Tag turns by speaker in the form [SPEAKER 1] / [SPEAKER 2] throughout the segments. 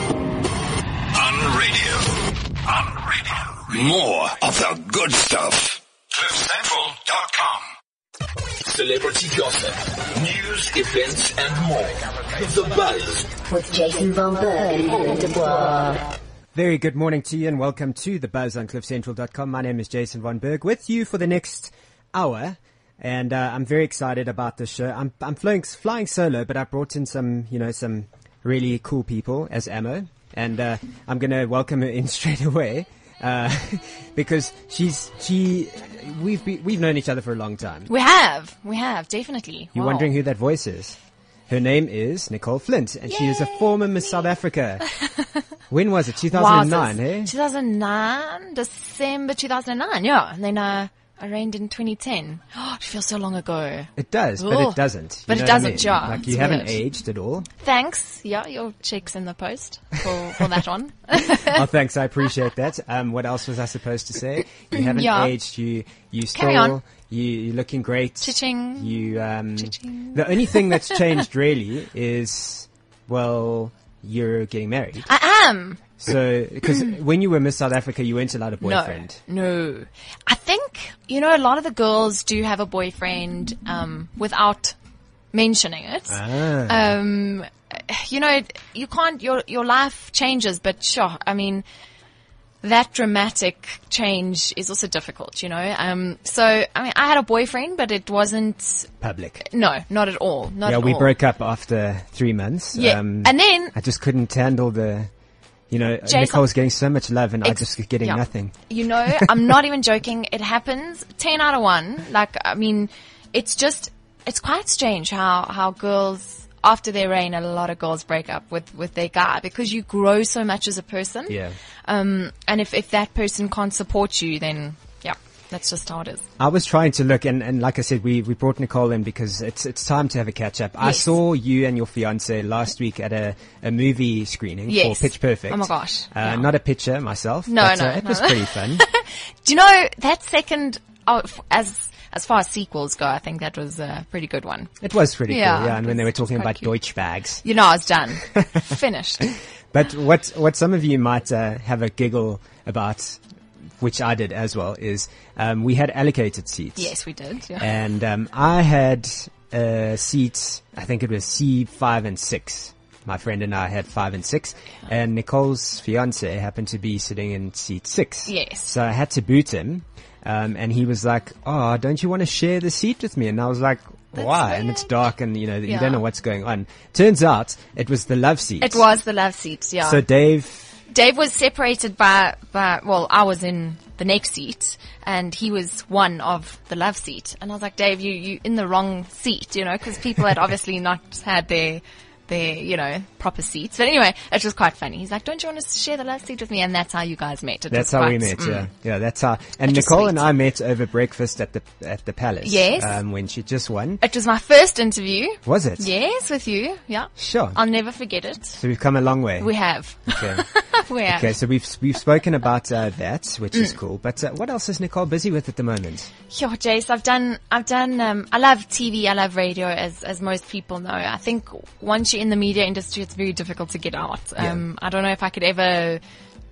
[SPEAKER 1] On radio. On radio. More of the good stuff. CliffCentral.com. Celebrity gossip, news, events, and more. The Buzz
[SPEAKER 2] with Jason Von Berg and Paul Dubois.
[SPEAKER 3] Very good morning to you and welcome to the buzz on cliffcentral.com. My name is Jason Von Berg with you for the next hour. And uh, I'm very excited about this show. I'm, I'm flying, flying solo, but I brought in some, you know, some really cool people as ammo. And uh, I'm going to welcome her in straight away. Uh, because she's, she, we've be, we've known each other for a long time.
[SPEAKER 4] We have. We have, definitely.
[SPEAKER 3] You're
[SPEAKER 4] Wow.
[SPEAKER 3] wondering who that voice is. Her name is Nicole Flint, and she is a former Miss South Africa. when was it?
[SPEAKER 4] Wowzers.
[SPEAKER 3] 2009, eh?
[SPEAKER 4] 2009, December 2009, yeah. And then uh, I reigned in 2010. Oh, it feels so long ago.
[SPEAKER 3] It does, but
[SPEAKER 4] Ugh.
[SPEAKER 3] it doesn't. You
[SPEAKER 4] But it
[SPEAKER 3] know what I
[SPEAKER 4] doesn't,
[SPEAKER 3] mean?
[SPEAKER 4] yeah.
[SPEAKER 3] Like you
[SPEAKER 4] It's
[SPEAKER 3] haven't
[SPEAKER 4] weird.
[SPEAKER 3] aged at all.
[SPEAKER 4] Thanks. Yeah, your check's in the post for, for that one.
[SPEAKER 3] oh, thanks. I appreciate that. Um, what else was I supposed to say? You haven't
[SPEAKER 4] Yeah.
[SPEAKER 3] aged. You you
[SPEAKER 4] Carry
[SPEAKER 3] still
[SPEAKER 4] on.
[SPEAKER 3] you you're looking great.
[SPEAKER 4] Cha-ching.
[SPEAKER 3] You um.
[SPEAKER 4] Cha-ching.
[SPEAKER 3] The only thing that's changed really is well you're getting married.
[SPEAKER 4] I am.
[SPEAKER 3] So because when you were Miss South Africa, you weren't allowed a boyfriend.
[SPEAKER 4] No, no. I think you know a lot of the girls do have a boyfriend um, without mentioning it.
[SPEAKER 3] Ah.
[SPEAKER 4] Um, you know, you can't. Your your life changes, but sure. I mean, that dramatic change is also difficult. You know. Um. So I mean, I had a boyfriend, but it wasn't.
[SPEAKER 3] Public.
[SPEAKER 4] No, not at all. Not
[SPEAKER 3] Yeah,
[SPEAKER 4] at
[SPEAKER 3] we
[SPEAKER 4] all.
[SPEAKER 3] broke up after three months. Um,
[SPEAKER 4] Yeah, and then
[SPEAKER 3] I just couldn't handle the. You know,
[SPEAKER 4] Jason-
[SPEAKER 3] Nicole's getting so much love, and I
[SPEAKER 4] Ex-
[SPEAKER 3] just was getting
[SPEAKER 4] yeah.
[SPEAKER 3] nothing.
[SPEAKER 4] You know, I'm not even joking. It happens. Ten out of one. Like, I mean, it's just, it's quite strange how how girls after their reign, a lot of girls break up with with their guy because you grow so much as a person.
[SPEAKER 3] Yeah.
[SPEAKER 4] Um, and if if that person can't support you, then yeah, that's just how it is.
[SPEAKER 3] I was trying to look, and, and like I said, we, we brought Nicole in because it's it's time to have a catch up. I
[SPEAKER 4] Yes.
[SPEAKER 3] saw you and your fiance last week at a, a movie screening
[SPEAKER 4] Yes.
[SPEAKER 3] for Pitch Perfect.
[SPEAKER 4] Oh my gosh,
[SPEAKER 3] Uh,
[SPEAKER 4] yeah.
[SPEAKER 3] Not a picture myself.
[SPEAKER 4] No,
[SPEAKER 3] but,
[SPEAKER 4] no,
[SPEAKER 3] uh, it
[SPEAKER 4] no.
[SPEAKER 3] was pretty fun.
[SPEAKER 4] Do you know that second? Oh, f- as as far as sequels go, I think that was a pretty good one.
[SPEAKER 3] it was pretty
[SPEAKER 4] Yeah,
[SPEAKER 3] cool. Yeah, and when they were
[SPEAKER 4] it's- it's
[SPEAKER 3] talking about
[SPEAKER 4] quite cute.
[SPEAKER 3] Deutsch bags.
[SPEAKER 4] You know, I was done, finished.
[SPEAKER 3] But what what some of you might uh, have a giggle about, which I did as well, is um, we had allocated seats.
[SPEAKER 4] Yes, we did. Yeah.
[SPEAKER 3] and um, I had uh, seats. I think it was C five and six. My friend and I had five and six, and Nicole's fiance happened to be sitting in seat six.
[SPEAKER 4] Yes.
[SPEAKER 3] So I had to boot him, um, and he was like, "Oh, don't you want to share the seat with me?" And I was like, "Why?" And it's
[SPEAKER 4] weird.
[SPEAKER 3] dark, and you know you
[SPEAKER 4] Yeah.
[SPEAKER 3] don't know what's going on. Turns out it was the love seat.
[SPEAKER 4] It was the love seat. Yeah.
[SPEAKER 3] So Dave.
[SPEAKER 4] Dave was separated by, by, well, I was in the next seat and he was one of the love seat. And I was like, Dave, you, you in the wrong seat, you know, cause people had obviously not had their, their, you know, proper seats. But anyway, it was quite funny. He's like, don't you want to share the love seat with me? And that's how you guys met. It
[SPEAKER 3] That's
[SPEAKER 4] was
[SPEAKER 3] how we
[SPEAKER 4] quite-
[SPEAKER 3] met.
[SPEAKER 4] mm.
[SPEAKER 3] Yeah, yeah. That's how. And
[SPEAKER 4] Which is
[SPEAKER 3] Nicole
[SPEAKER 4] sweet.
[SPEAKER 3] and I met over breakfast at the at the palace.
[SPEAKER 4] Yes.
[SPEAKER 3] Um, when she just won.
[SPEAKER 4] It was my first interview.
[SPEAKER 3] Was it?
[SPEAKER 4] Yes, with you. Yeah.
[SPEAKER 3] Sure.
[SPEAKER 4] I'll never forget it.
[SPEAKER 3] So we've come a long way.
[SPEAKER 4] We have.
[SPEAKER 3] Okay.
[SPEAKER 4] we have.
[SPEAKER 3] Okay, so we've we've spoken about uh, that, which
[SPEAKER 4] Mm.
[SPEAKER 3] is cool. But uh, what else is Nicole busy with at the moment?
[SPEAKER 4] Yo, Jace, I've done, I've done, um, I love TV, I love radio, as, as most people know. I think once you're in the media industry, it's very difficult to get out. Um, I don't know if I could ever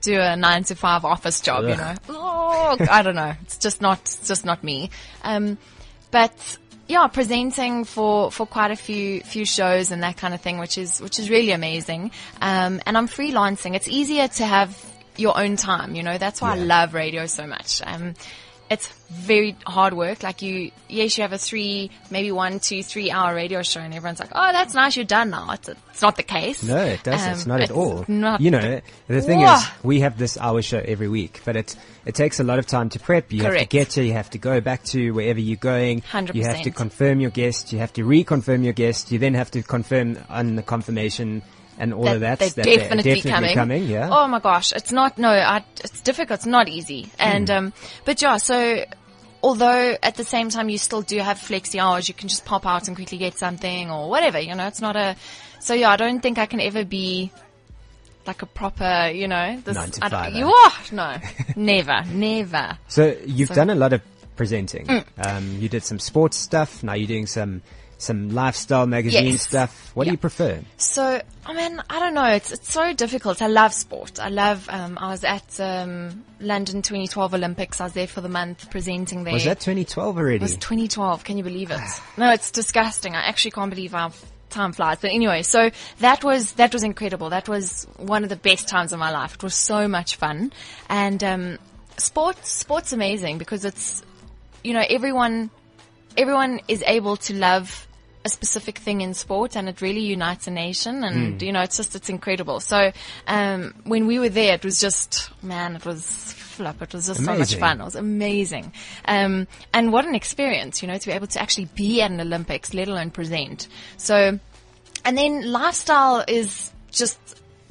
[SPEAKER 4] do a nine to five office job, you know?
[SPEAKER 3] Ugh.
[SPEAKER 4] Oh, I don't know. It's just not, it's just not me. Um, but yeah, presenting for, for quite a few, few shows and that kind of thing, which is, which is really amazing. Um, and I'm freelancing. It's easier to have your own time, you know? That's why I
[SPEAKER 3] Yeah.
[SPEAKER 4] love radio so much. Um, it's very hard work. Like you, yes, you have a three, maybe one, two, three hour radio show and everyone's like, oh, that's nice. You're done now. It's, it's not the case.
[SPEAKER 3] No, it doesn't. it's
[SPEAKER 4] Um,
[SPEAKER 3] not at all.
[SPEAKER 4] not-
[SPEAKER 3] you know, the thing
[SPEAKER 4] Whoa.
[SPEAKER 3] is, we have this hour show every week, but it it takes a lot of time to prep. You have to
[SPEAKER 4] Correct.
[SPEAKER 3] get here. You have to go back to wherever you're going.
[SPEAKER 4] 100%.
[SPEAKER 3] You have to confirm your guest. You have to reconfirm your guest. You then have to confirm on the confirmation and all of that.
[SPEAKER 4] they're
[SPEAKER 3] that
[SPEAKER 4] definitely, coming.
[SPEAKER 3] Yeah.
[SPEAKER 4] Oh my gosh, it's not no, I, it's difficult. It's not easy.
[SPEAKER 3] Hmm.
[SPEAKER 4] And um, but yeah, so although at the same time you still do have flexi hours, you can just pop out and quickly get something or whatever. You know, it's not a. So yeah, I don't think I can ever be. Like a proper, you know, this.
[SPEAKER 3] Nine to eh?
[SPEAKER 4] I don't-
[SPEAKER 3] fiver.
[SPEAKER 4] you are no, never, never. Mm.
[SPEAKER 3] So you've done a lot of presenting. Um, you did some sports stuff. Now you're doing some some lifestyle magazine
[SPEAKER 4] Yes.
[SPEAKER 3] stuff. What do
[SPEAKER 4] Yeah.
[SPEAKER 3] you prefer?
[SPEAKER 4] So, I mean, I don't know. It's it's so difficult. I love sport. I love. Um, I was at um, London 2012 Olympics. I was there for the month presenting there.
[SPEAKER 3] Was that 2012 already?
[SPEAKER 4] It was 2012. Can you believe it? no, it's disgusting. I actually can't believe how f- time flies. But anyway, so that was that was incredible. That was one of the best times of my life. It was so much fun, and um, sports sports amazing because it's you know everyone everyone is able to love a specific thing in sport and it really unites a nation and you know it's just it's incredible so um, when we were there it was just man it was flop it was just so much
[SPEAKER 3] Amazing.
[SPEAKER 4] fun it was amazing um, and what an experience you know to be able to actually be at an olympics let alone present so and then lifestyle is just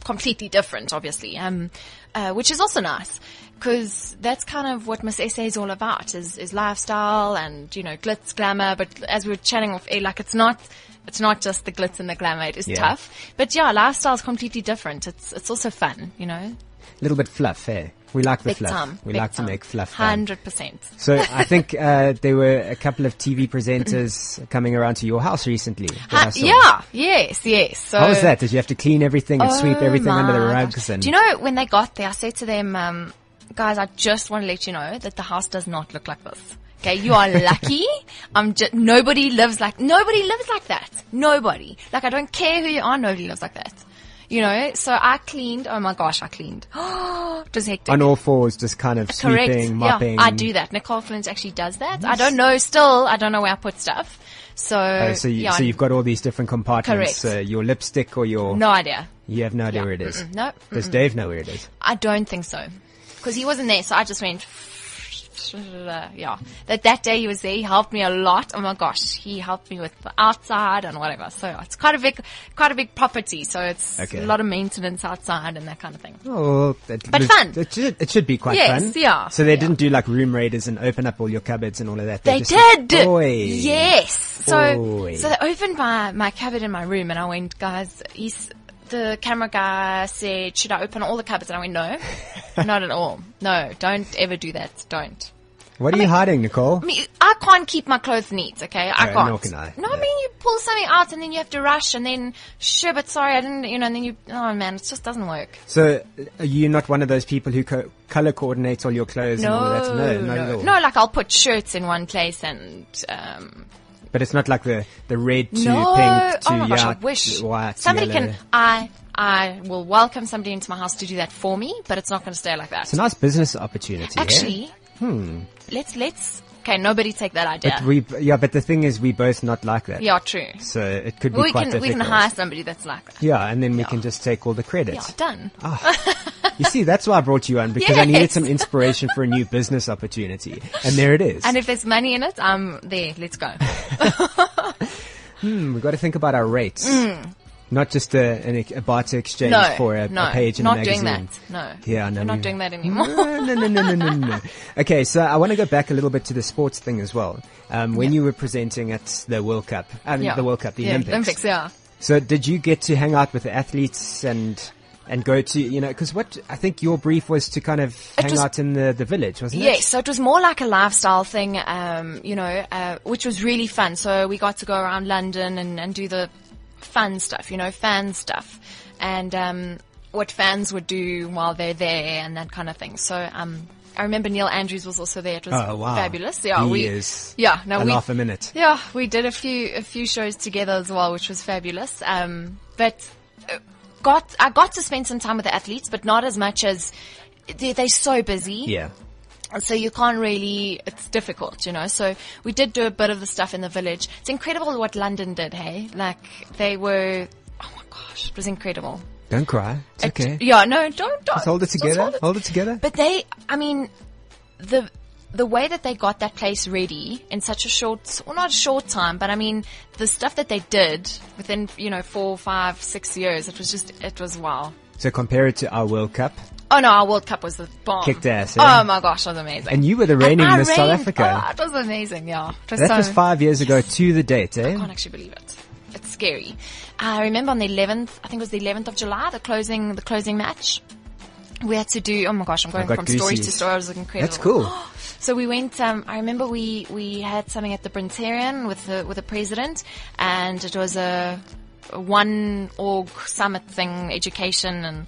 [SPEAKER 4] completely different, obviously, um, uh, which is also nice because that's kind of what Miss SA is all about is, is lifestyle and, you know, glitz, glamour. But as we were chatting off air, like it's not, it's not just the glitz and the glamour. It is
[SPEAKER 3] Yeah.
[SPEAKER 4] tough. But yeah, lifestyle is completely different. It's, it's also fun, you know,
[SPEAKER 3] A little bit fluff, eh? We like the
[SPEAKER 4] big
[SPEAKER 3] fluff.
[SPEAKER 4] time.
[SPEAKER 3] We
[SPEAKER 4] big
[SPEAKER 3] like
[SPEAKER 4] time.
[SPEAKER 3] to make fluff fun.
[SPEAKER 4] 100%.
[SPEAKER 3] So I think uh, there were a couple of TV presenters coming around to your house recently. that I
[SPEAKER 4] Uh,
[SPEAKER 3] saw.
[SPEAKER 4] yeah. Yes. Yes. So
[SPEAKER 3] How was that? Did you have to clean everything and sweep
[SPEAKER 4] Oh
[SPEAKER 3] everything under the
[SPEAKER 4] my
[SPEAKER 3] rugs?
[SPEAKER 4] gosh.
[SPEAKER 3] And
[SPEAKER 4] do you know when they got there? I said to them, um, guys, I just want to let you know that the house does not look like this. Okay, you are lucky. I'm just nobody lives like nobody lives like that. Nobody. Like I don't care who you are. Nobody lives like that. You know. So I cleaned. Oh my gosh, I cleaned. Oh, it was hectic.
[SPEAKER 3] on all fours, just kind of
[SPEAKER 4] Correct.
[SPEAKER 3] sweeping, mopping.
[SPEAKER 4] Yeah, I do that. Nicole Flint actually does that. I don't know. Still, I don't know where I put stuff. So,
[SPEAKER 3] Oh, so, you,
[SPEAKER 4] yeah,
[SPEAKER 3] so you've got all these different compartments.
[SPEAKER 4] Correct.
[SPEAKER 3] Uh, your lipstick or your
[SPEAKER 4] no idea.
[SPEAKER 3] you have no idea
[SPEAKER 4] Yeah.
[SPEAKER 3] where it is.
[SPEAKER 4] Mm-mm. No.
[SPEAKER 3] Does Dave know where it is?
[SPEAKER 4] I don't think so. Because he wasn't there, so I just went, yeah. That that day he was there, he helped me a lot. Oh my gosh, he helped me with the outside and whatever. So yeah, it's quite a big, quite a big property. So it's
[SPEAKER 3] Okay.
[SPEAKER 4] a lot of maintenance outside and that kind of thing.
[SPEAKER 3] Oh, that,
[SPEAKER 4] But
[SPEAKER 3] it-
[SPEAKER 4] fun.
[SPEAKER 3] It should, it should be quite
[SPEAKER 4] Yes,
[SPEAKER 3] fun.
[SPEAKER 4] yeah,
[SPEAKER 3] So they
[SPEAKER 4] yeah.
[SPEAKER 3] didn't do like room raiders and open up all your cupboards and all of that.
[SPEAKER 4] They
[SPEAKER 3] just like,
[SPEAKER 4] did.
[SPEAKER 3] Boy.
[SPEAKER 4] Yes. So
[SPEAKER 3] Boy.
[SPEAKER 4] so they opened my my cupboard in my room, and I went, guys. He's the camera guy said, should I open all the cupboards? And I went, no, not at all. No, don't ever do that. Don't.
[SPEAKER 3] What are you hiding, Nicole?
[SPEAKER 4] I mean, I can't keep my clothes neat, okay? I
[SPEAKER 3] No,
[SPEAKER 4] can't.
[SPEAKER 3] nor can I.
[SPEAKER 4] No,
[SPEAKER 3] Yeah.
[SPEAKER 4] I mean, you pull something out and then you have to rush and then, sure, but sorry, I didn't, you know, and then you, oh man, it just doesn't work.
[SPEAKER 3] So are you not one of those people who co- color coordinates all your clothes and all of
[SPEAKER 4] No,
[SPEAKER 3] that? No, not at
[SPEAKER 4] no,
[SPEAKER 3] all.
[SPEAKER 4] no, like I'll put shirts in one place and, um,
[SPEAKER 3] But it's not like the, the red to
[SPEAKER 4] no,
[SPEAKER 3] pink to
[SPEAKER 4] oh my gosh,
[SPEAKER 3] yeah,
[SPEAKER 4] I wish.
[SPEAKER 3] white,
[SPEAKER 4] somebody
[SPEAKER 3] yellow.
[SPEAKER 4] can, I, I will welcome somebody into my house to do that for me, but it's not going to stay like that.
[SPEAKER 3] It's a nice business opportunity. eh?
[SPEAKER 4] Actually, let's, let's, okay, nobody take that idea.
[SPEAKER 3] But we, yeah, but the thing is, we both not like that.
[SPEAKER 4] yeah, true.
[SPEAKER 3] So it could be
[SPEAKER 4] We
[SPEAKER 3] quite
[SPEAKER 4] can, we
[SPEAKER 3] difficult.
[SPEAKER 4] can hire somebody that's like that.
[SPEAKER 3] Yeah, and then we can just take all the credit.
[SPEAKER 4] Yeah, done.
[SPEAKER 3] You see, that's why I brought you on because I needed
[SPEAKER 4] Yes.
[SPEAKER 3] some inspiration for a new business opportunity, and there it is.
[SPEAKER 4] And if there's money in it, I'm there. Let's go.
[SPEAKER 3] We've got to think about our rates, not just a, an, ex- a barter exchange
[SPEAKER 4] Mm. No,
[SPEAKER 3] for a,
[SPEAKER 4] no,
[SPEAKER 3] a page in
[SPEAKER 4] not
[SPEAKER 3] a magazine.
[SPEAKER 4] doing that. No,
[SPEAKER 3] Yeah, no,
[SPEAKER 4] we're not
[SPEAKER 3] you-
[SPEAKER 4] doing that anymore.
[SPEAKER 3] No, no, no, no, no, no. Okay, so I want to go back a little bit to the sports thing as well. Um, when you were presenting at the World Cup, I mean,
[SPEAKER 4] Yeah.
[SPEAKER 3] the World Cup, the
[SPEAKER 4] yeah,
[SPEAKER 3] Olympics.
[SPEAKER 4] Olympics, yeah.
[SPEAKER 3] So did you get to hang out with the athletes and and go to you know because what I think your brief was to kind of hang
[SPEAKER 4] was-
[SPEAKER 3] out in the the village, wasn't
[SPEAKER 4] Yes,
[SPEAKER 3] it?
[SPEAKER 4] so it was more like a lifestyle thing, um, you know, uh, which was really fun. So we got to go around London and, and do the fun stuff, you know, fan stuff, and um, what fans would do while they're there and that kind of thing. So um, I remember Neil Andrews was also there. It was
[SPEAKER 3] Oh wow!
[SPEAKER 4] fabulous. Yeah,
[SPEAKER 3] he
[SPEAKER 4] we
[SPEAKER 3] is.
[SPEAKER 4] yeah, no,
[SPEAKER 3] a
[SPEAKER 4] we
[SPEAKER 3] laugh a minute.
[SPEAKER 4] Yeah, we did a few a few shows together as well, which was fabulous. Um, but uh, got I got to spend some time with the athletes, but not as much as they, they're so busy.
[SPEAKER 3] Yeah.
[SPEAKER 4] So you can't really, it's difficult, you know. So we did do a bit of the stuff in the village. It's incredible what London did, hey? Like, they were, oh my gosh, it was incredible.
[SPEAKER 3] Don't cry. It's
[SPEAKER 4] It-
[SPEAKER 3] okay.
[SPEAKER 4] yeah, no, don't, don't.
[SPEAKER 3] Just hold it
[SPEAKER 4] just
[SPEAKER 3] together.
[SPEAKER 4] hold it-
[SPEAKER 3] hold it together.
[SPEAKER 4] but they, I mean, the the way that they got that place ready in such a short, well, not a short time, but I mean, the stuff that they did within, you know, four, five, six years, it was just, it was wow.
[SPEAKER 3] So compare it to our World Cup,
[SPEAKER 4] Oh no, our World Cup was the bomb.
[SPEAKER 3] Kicked ass, eh?
[SPEAKER 4] Oh my gosh, that was amazing.
[SPEAKER 3] and you were the reigning
[SPEAKER 4] I
[SPEAKER 3] Miss South
[SPEAKER 4] reigned-
[SPEAKER 3] Africa.
[SPEAKER 4] Ah, Oh, it was amazing, yeah. It was
[SPEAKER 3] that
[SPEAKER 4] oh, so,
[SPEAKER 3] was five years ago to the date, eh?
[SPEAKER 4] I can't actually believe it. It's scary. I remember on the 11th, I think it was the 11th of July, the closing, the closing match. we had to do. Oh my gosh, I'm going
[SPEAKER 3] got
[SPEAKER 4] from story
[SPEAKER 3] goosies.
[SPEAKER 4] to story. It was incredible.
[SPEAKER 3] That's cool.
[SPEAKER 4] So we went. Um, I remember we we had something at the Brintarian with the with the president, and it was a a one org summit thing, education, and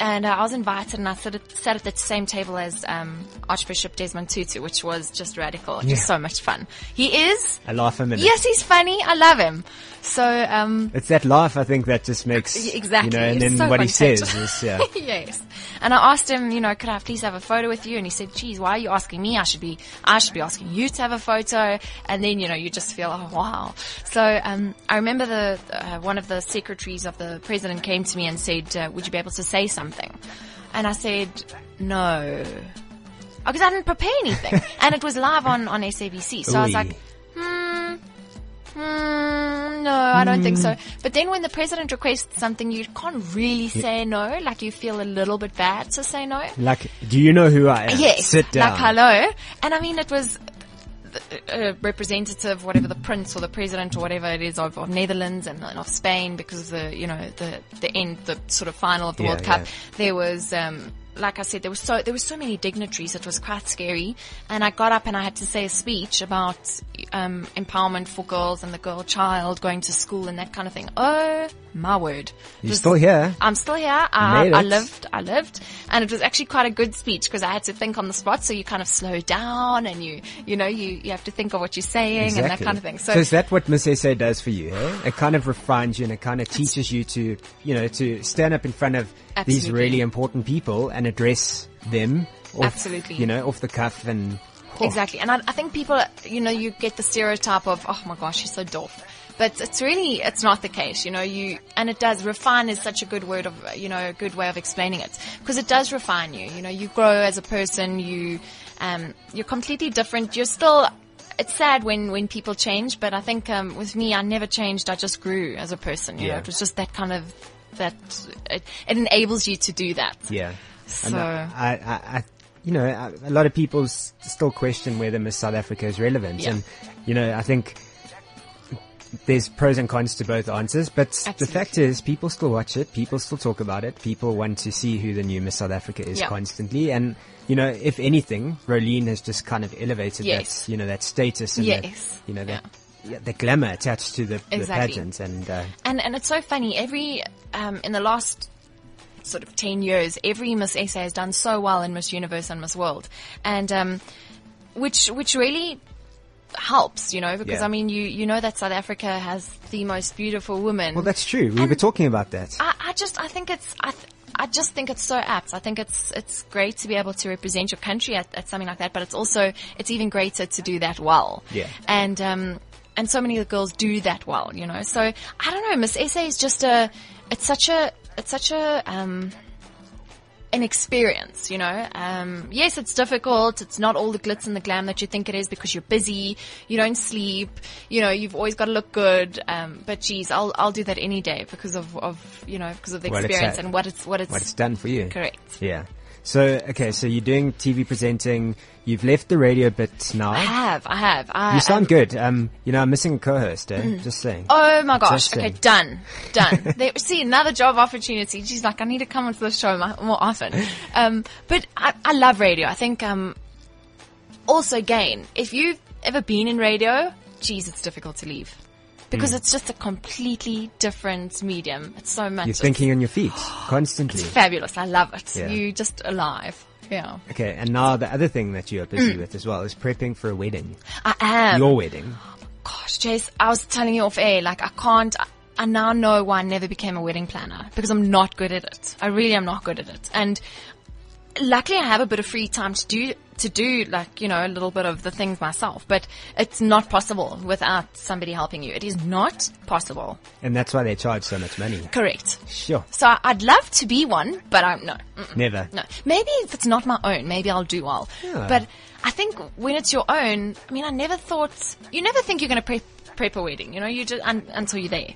[SPEAKER 4] and uh, I was invited, and I sat at, sat at the same table as um, Archbishop Desmond Tutu, which was just radical, just so much fun. He is.
[SPEAKER 3] I laugh a minute.
[SPEAKER 4] Yes, he's funny. I love him. So um,
[SPEAKER 3] It's that laugh, I think, that just makes
[SPEAKER 4] Y- Exactly.
[SPEAKER 3] You know, and
[SPEAKER 4] It's
[SPEAKER 3] then
[SPEAKER 4] so
[SPEAKER 3] what he
[SPEAKER 4] contagious.
[SPEAKER 3] says is, yeah,
[SPEAKER 4] yes. And I asked him, you know, could I please have a photo with you? And he said, geez, why are you asking me? I should be, I should be asking you to have a photo. And then, you know, you just feel, oh wow. So, um, I remember the, uh, one of the secretaries of the president came to me and said, uh, would you be able to say something? And I said, no. Because Oh, I didn't prepare anything. and it was live on, on SABC. So I was
[SPEAKER 3] Ooh.
[SPEAKER 4] like, Mm, no, I don't think so. But then when the president requests something, you can't really say no. Like you feel a little bit bad to say no.
[SPEAKER 3] like, do you know who I am?
[SPEAKER 4] Yes.
[SPEAKER 3] Sit down.
[SPEAKER 4] Like hello. And I mean, it was the- a representative, whatever the prince or the president or whatever it is of, of Netherlands and, and of Spain because the, you know, the, the end, the sort of final of the
[SPEAKER 3] Yeah,
[SPEAKER 4] World Cup,
[SPEAKER 3] yeah.
[SPEAKER 4] there was, um, like I said, there was so, there was so many dignitaries. It was quite scary. And I got up and I had to say a speech about, um, empowerment for girls and the girl child going to school and that kind of thing. Oh my word. It
[SPEAKER 3] You're
[SPEAKER 4] was-
[SPEAKER 3] still here.
[SPEAKER 4] I'm still here. I,
[SPEAKER 3] made
[SPEAKER 4] I
[SPEAKER 3] it.
[SPEAKER 4] lived. I lived, and it was actually quite a good speech because I had to think on the spot. So you kind of slow down, and you, you know, you, you have to think of what you're saying and that
[SPEAKER 3] Exactly.
[SPEAKER 4] kind of thing. So,
[SPEAKER 3] is that what Miss Essay does for you? eh? It kind of refines you and it kind of teaches you to, you know, to stand up in front of these
[SPEAKER 4] Absolutely.
[SPEAKER 3] really important people and address them. Off,
[SPEAKER 4] Absolutely.
[SPEAKER 3] You know, off the cuff and.
[SPEAKER 4] exactly, and I, I think people, you know, you get the stereotype of, oh my gosh, she's so doof. But it's really, it's not the case, you know, you, and it does, refine is such a good word of, you know, a good way of explaining it. Because it does refine you, you know, you grow as a person, you, um, you're completely different, you're still, it's sad when, when people change, but I think um, with me, I never changed. I just grew as a person. You know,
[SPEAKER 3] Yeah.
[SPEAKER 4] it was just that kind of that it, it enables you to do that.
[SPEAKER 3] Yeah.
[SPEAKER 4] So
[SPEAKER 3] I, I, I you know, I- a lot of people s- still question whether Miss South Africa is relevant,
[SPEAKER 4] Yeah.
[SPEAKER 3] and you know, I think there's pros and cons to both answers. But the
[SPEAKER 4] Absolutely.
[SPEAKER 3] fact is, people still watch it, people still talk about it, people want to see who the new Miss South Africa is
[SPEAKER 4] Yeah.
[SPEAKER 3] constantly, and you know, if anything, Rolene has just kind of elevated
[SPEAKER 4] Yes.
[SPEAKER 3] that, you know, that status and that,
[SPEAKER 4] Yes.
[SPEAKER 3] you know, that. yeah, The glamour attached to the, the
[SPEAKER 4] Exactly.
[SPEAKER 3] pageant, and uh,
[SPEAKER 4] and and it's so funny. Every um, in the last sort of ten years, every Miss SA has done so well in Miss Universe and Miss World, and um, which which really helps, you know, because
[SPEAKER 3] Yeah.
[SPEAKER 4] I mean, you you know that South Africa has the most beautiful women.
[SPEAKER 3] well, that's true. We were talking about that.
[SPEAKER 4] I, I just, I think it's, I, th- I just think it's so apt. I think it's, it's great to be able to represent your country at, at something like that, but it's also, it's even greater to do that well.
[SPEAKER 3] Yeah.
[SPEAKER 4] And, um, and so many of the girls do that well, you know. So I don't know, Miss SA is just a, it's such a, it's such a, um, an experience, you know. Um, yes, it's difficult. It's not all the glitz and the glam that you think it is because you're busy, you don't sleep, you know, you've always got to look good. Um, but geez, I'll, I'll do that any day because of, of, you know, because of the
[SPEAKER 3] What it's
[SPEAKER 4] experience
[SPEAKER 3] had.
[SPEAKER 4] and what it's, what it's,
[SPEAKER 3] what it's done for you.
[SPEAKER 4] Correct.
[SPEAKER 3] Yeah. So okay, so you're doing TV presenting. You've left the radio bit now.
[SPEAKER 4] I have, I have. I,
[SPEAKER 3] You sound good. Um, you know, I'm missing a co-host. Eh? Just saying.
[SPEAKER 4] Oh my gosh.
[SPEAKER 3] Just
[SPEAKER 4] Okay,
[SPEAKER 3] saying.
[SPEAKER 4] done. Done. there, see, another job opportunity. She's like, I need to come onto the show mo- more often. Um, but I, I love radio. I think, um, also again, if you've ever been in radio, geez, it's difficult to leave.
[SPEAKER 3] Mm.
[SPEAKER 4] Because it's just a completely different medium. It's so much.
[SPEAKER 3] You're
[SPEAKER 4] it's
[SPEAKER 3] thinking on your feet constantly.
[SPEAKER 4] fabulous. I love it.
[SPEAKER 3] Yeah.
[SPEAKER 4] You just alive. Yeah.
[SPEAKER 3] Okay, and now the other thing that you are
[SPEAKER 4] Mm.
[SPEAKER 3] busy with as well is prepping for a wedding.
[SPEAKER 4] I am.
[SPEAKER 3] Your wedding.
[SPEAKER 4] gosh, Jace, I was telling you off air, like I can't, I, I now know why I never became a wedding planner because I'm not good at it. I really am not good at it. And luckily I have a bit of free time to do, to do like, you know, a little bit of the things myself, but it's not possible without somebody helping you. It is not possible.
[SPEAKER 3] And that's why they charge so much money.
[SPEAKER 4] Correct.
[SPEAKER 3] Sure.
[SPEAKER 4] So I- I'd love to be one, but I'm no. Mm-mm.
[SPEAKER 3] Never.
[SPEAKER 4] No, maybe if it's not my own, maybe I'll do well.
[SPEAKER 3] Yeah.
[SPEAKER 4] But I think when it's your own, I mean, I never thought you never think you're going to prep, prep a wedding. You know, you just un, until you're there.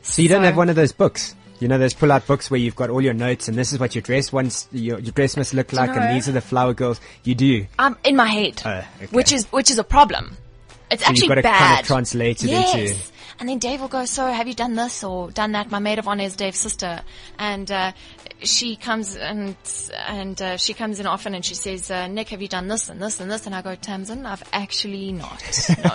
[SPEAKER 3] So you don't
[SPEAKER 4] So-
[SPEAKER 3] have one of those books. You know those pull-out books where you've got all your notes and this is what your dress wants, your, your dress must look like,
[SPEAKER 4] know-
[SPEAKER 3] and these are the flower girls. You do.
[SPEAKER 4] I'm in my head,
[SPEAKER 3] Oh, okay.
[SPEAKER 4] which is which is a problem. It's actually
[SPEAKER 3] you've got to
[SPEAKER 4] bad.
[SPEAKER 3] kind of translate it
[SPEAKER 4] yes.
[SPEAKER 3] into-
[SPEAKER 4] and And then Dave will go, so have you done this or done that? My maid of honor is Dave's sister. And, uh, she comes and, and, uh, she comes in often and she says, uh, Nick, have you done this and this and this? And I go, Tamsin, I've actually not. No.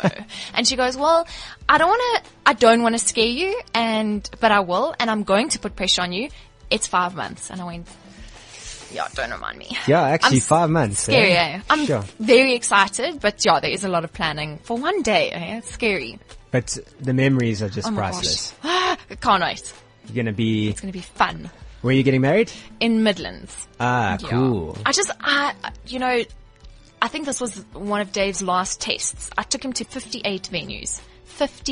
[SPEAKER 4] and she goes, well, I don't want to, I don't want to scare you and, but I will and I'm going to put pressure on you. It's five months. And I went, yeah, don't remind me.
[SPEAKER 3] Yeah, actually,
[SPEAKER 4] I'm
[SPEAKER 3] five months.
[SPEAKER 4] Scary,
[SPEAKER 3] eh?
[SPEAKER 4] eh? I'm
[SPEAKER 3] sure.
[SPEAKER 4] very excited, but yeah, there is a lot of planning for one day. Eh? It's scary.
[SPEAKER 3] But the memories are just
[SPEAKER 4] Oh my
[SPEAKER 3] priceless.
[SPEAKER 4] gosh. Can't wait.
[SPEAKER 3] You're going to be.
[SPEAKER 4] It's going to be fun
[SPEAKER 3] Where are you getting married?
[SPEAKER 4] in Midlands.
[SPEAKER 3] Ah,
[SPEAKER 4] Yeah.
[SPEAKER 3] cool.
[SPEAKER 4] I just, I, you know, I think this was one of Dave's last tests. I took him to 58 venues.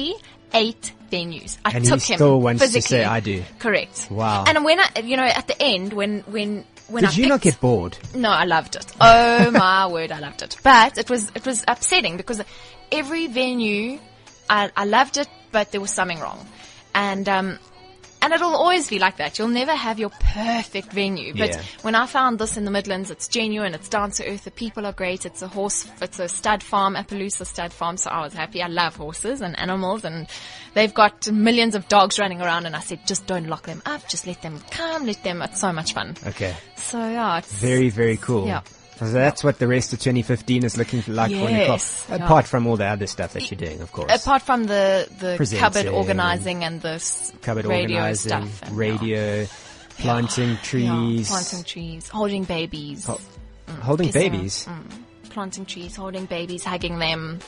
[SPEAKER 4] 58 venues. I
[SPEAKER 3] And he
[SPEAKER 4] took him.
[SPEAKER 3] still wants to
[SPEAKER 4] physically.
[SPEAKER 3] say, "I do."
[SPEAKER 4] Correct.
[SPEAKER 3] Wow.
[SPEAKER 4] And when I, you know, at the end, when, when, when I
[SPEAKER 3] Did you not
[SPEAKER 4] picked-
[SPEAKER 3] get bored?
[SPEAKER 4] No, I loved it. Oh my word, I loved it. But it was it was upsetting because every venue, I, I loved it, but there was something wrong, and um, and it'll always be like that. You'll never have your perfect venue. But
[SPEAKER 3] Yeah.
[SPEAKER 4] when I found this in the Midlands, it's genuine. It's down to earth. The people are great. It's a horse. It's a stud farm, Appaloosa stud farm. So I was happy. I love horses and animals, and they've got millions of dogs running around. And I said, just don't lock them up. Just let them come. Let them. It's so much fun.
[SPEAKER 3] Okay.
[SPEAKER 4] So yeah, it's
[SPEAKER 3] Uh, Very, very cool.
[SPEAKER 4] Yeah.
[SPEAKER 3] So that's what the rest of 2015 is looking like for Nicole.
[SPEAKER 4] Yes.
[SPEAKER 3] Apart from all the other stuff that you're doing, of course.
[SPEAKER 4] apart from the the
[SPEAKER 3] Presenting
[SPEAKER 4] cupboard organizing and the s-
[SPEAKER 3] Cupboard
[SPEAKER 4] radio
[SPEAKER 3] organizing,
[SPEAKER 4] stuff, and, yeah,
[SPEAKER 3] radio, planting
[SPEAKER 4] yeah,
[SPEAKER 3] trees,
[SPEAKER 4] planting trees, holding babies,
[SPEAKER 3] Oh, holding
[SPEAKER 4] kissing,
[SPEAKER 3] babies.
[SPEAKER 4] Mm. planting trees, holding babies, hugging them.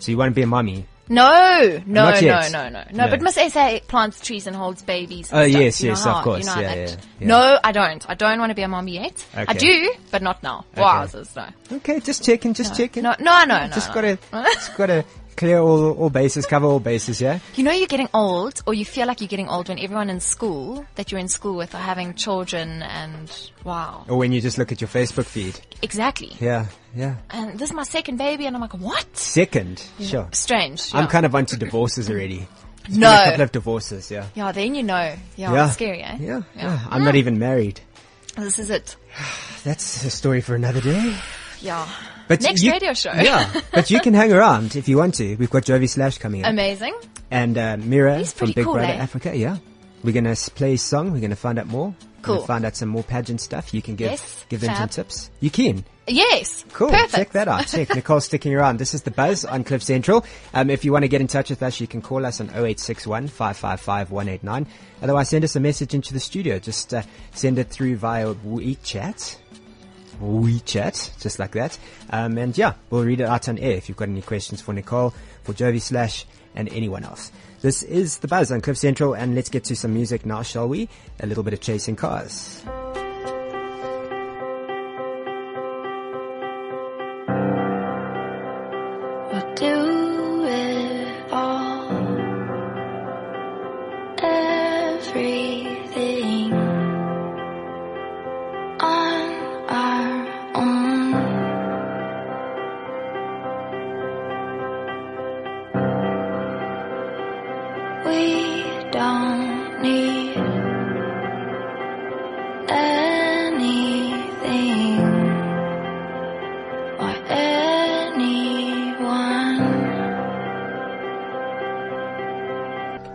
[SPEAKER 3] So you want to be a mummy?
[SPEAKER 4] No, no,
[SPEAKER 3] Not
[SPEAKER 4] no, no,
[SPEAKER 3] yet.
[SPEAKER 4] no, no,
[SPEAKER 3] No.
[SPEAKER 4] But Miss SA plants trees and holds babies. and
[SPEAKER 3] Oh,
[SPEAKER 4] stuff.
[SPEAKER 3] yes,
[SPEAKER 4] You know
[SPEAKER 3] yes, of
[SPEAKER 4] how- you
[SPEAKER 3] course.
[SPEAKER 4] know how
[SPEAKER 3] Yeah,
[SPEAKER 4] that-
[SPEAKER 3] yeah, yeah.
[SPEAKER 4] No, I don't. I don't want to be a mom yet. I
[SPEAKER 3] Okay.
[SPEAKER 4] do, but not now. Wowzers, no.
[SPEAKER 3] Okay, just checking, just checking.
[SPEAKER 4] No, no, I know, no,
[SPEAKER 3] Just
[SPEAKER 4] no.
[SPEAKER 3] gotta, just gotta clear all, all bases, cover all bases, yeah?
[SPEAKER 4] You know you're getting old, or you feel like you're getting old when everyone in school that you're in school with are having children, and wow,
[SPEAKER 3] Or when you just look at your Facebook feed.
[SPEAKER 4] exactly.
[SPEAKER 3] Yeah, yeah.
[SPEAKER 4] And this is my second baby, and I'm like, what?
[SPEAKER 3] Second, sure.
[SPEAKER 4] Strange.
[SPEAKER 3] I'm
[SPEAKER 4] yeah.
[SPEAKER 3] kind of onto divorces already. It's been
[SPEAKER 4] No.
[SPEAKER 3] A couple of divorces, yeah.
[SPEAKER 4] yeah, then you know. Yeah,
[SPEAKER 3] Yeah.
[SPEAKER 4] it's scary, eh?
[SPEAKER 3] Yeah, yeah. I'm not even married.
[SPEAKER 4] This is it.
[SPEAKER 3] That's a story for another day.
[SPEAKER 4] Yeah.
[SPEAKER 3] But
[SPEAKER 4] Next
[SPEAKER 3] you-
[SPEAKER 4] radio show.
[SPEAKER 3] yeah, but you can hang around if you want to. We've got Jovi Slash coming up.
[SPEAKER 4] Amazing.
[SPEAKER 3] and uh, Mira
[SPEAKER 4] Um, He's
[SPEAKER 3] from
[SPEAKER 4] pretty
[SPEAKER 3] Big
[SPEAKER 4] cool,
[SPEAKER 3] Brother
[SPEAKER 4] eh?
[SPEAKER 3] Africa. Yeah, we're gonna s- play his song. We're gonna find out more. We're
[SPEAKER 4] Cool.
[SPEAKER 3] gonna find out some more pageant stuff. You can give
[SPEAKER 4] Yes,
[SPEAKER 3] give them some
[SPEAKER 4] fab.
[SPEAKER 3] tips. You keen?
[SPEAKER 4] Yes.
[SPEAKER 3] Cool.
[SPEAKER 4] Perfect.
[SPEAKER 3] Check that out. Check Nicole's sticking around. This is the Buzz on Cliff Central. Um, if you want to get in touch with us, you can call us on 0861 555 189. Otherwise, send us a message into the studio. Just uh, send it through via WeChat. WeChat, just like that. Um, and yeah, we'll read it out on air if you've got any questions for Nicole, for Jovi Slash, and anyone else. This is The Buzz on Cliff Central, and let's get to some music now, shall we? A little bit of Chasing Cars.
[SPEAKER 5] We'll do it all. Everything on our own. We don't need anything or anyone.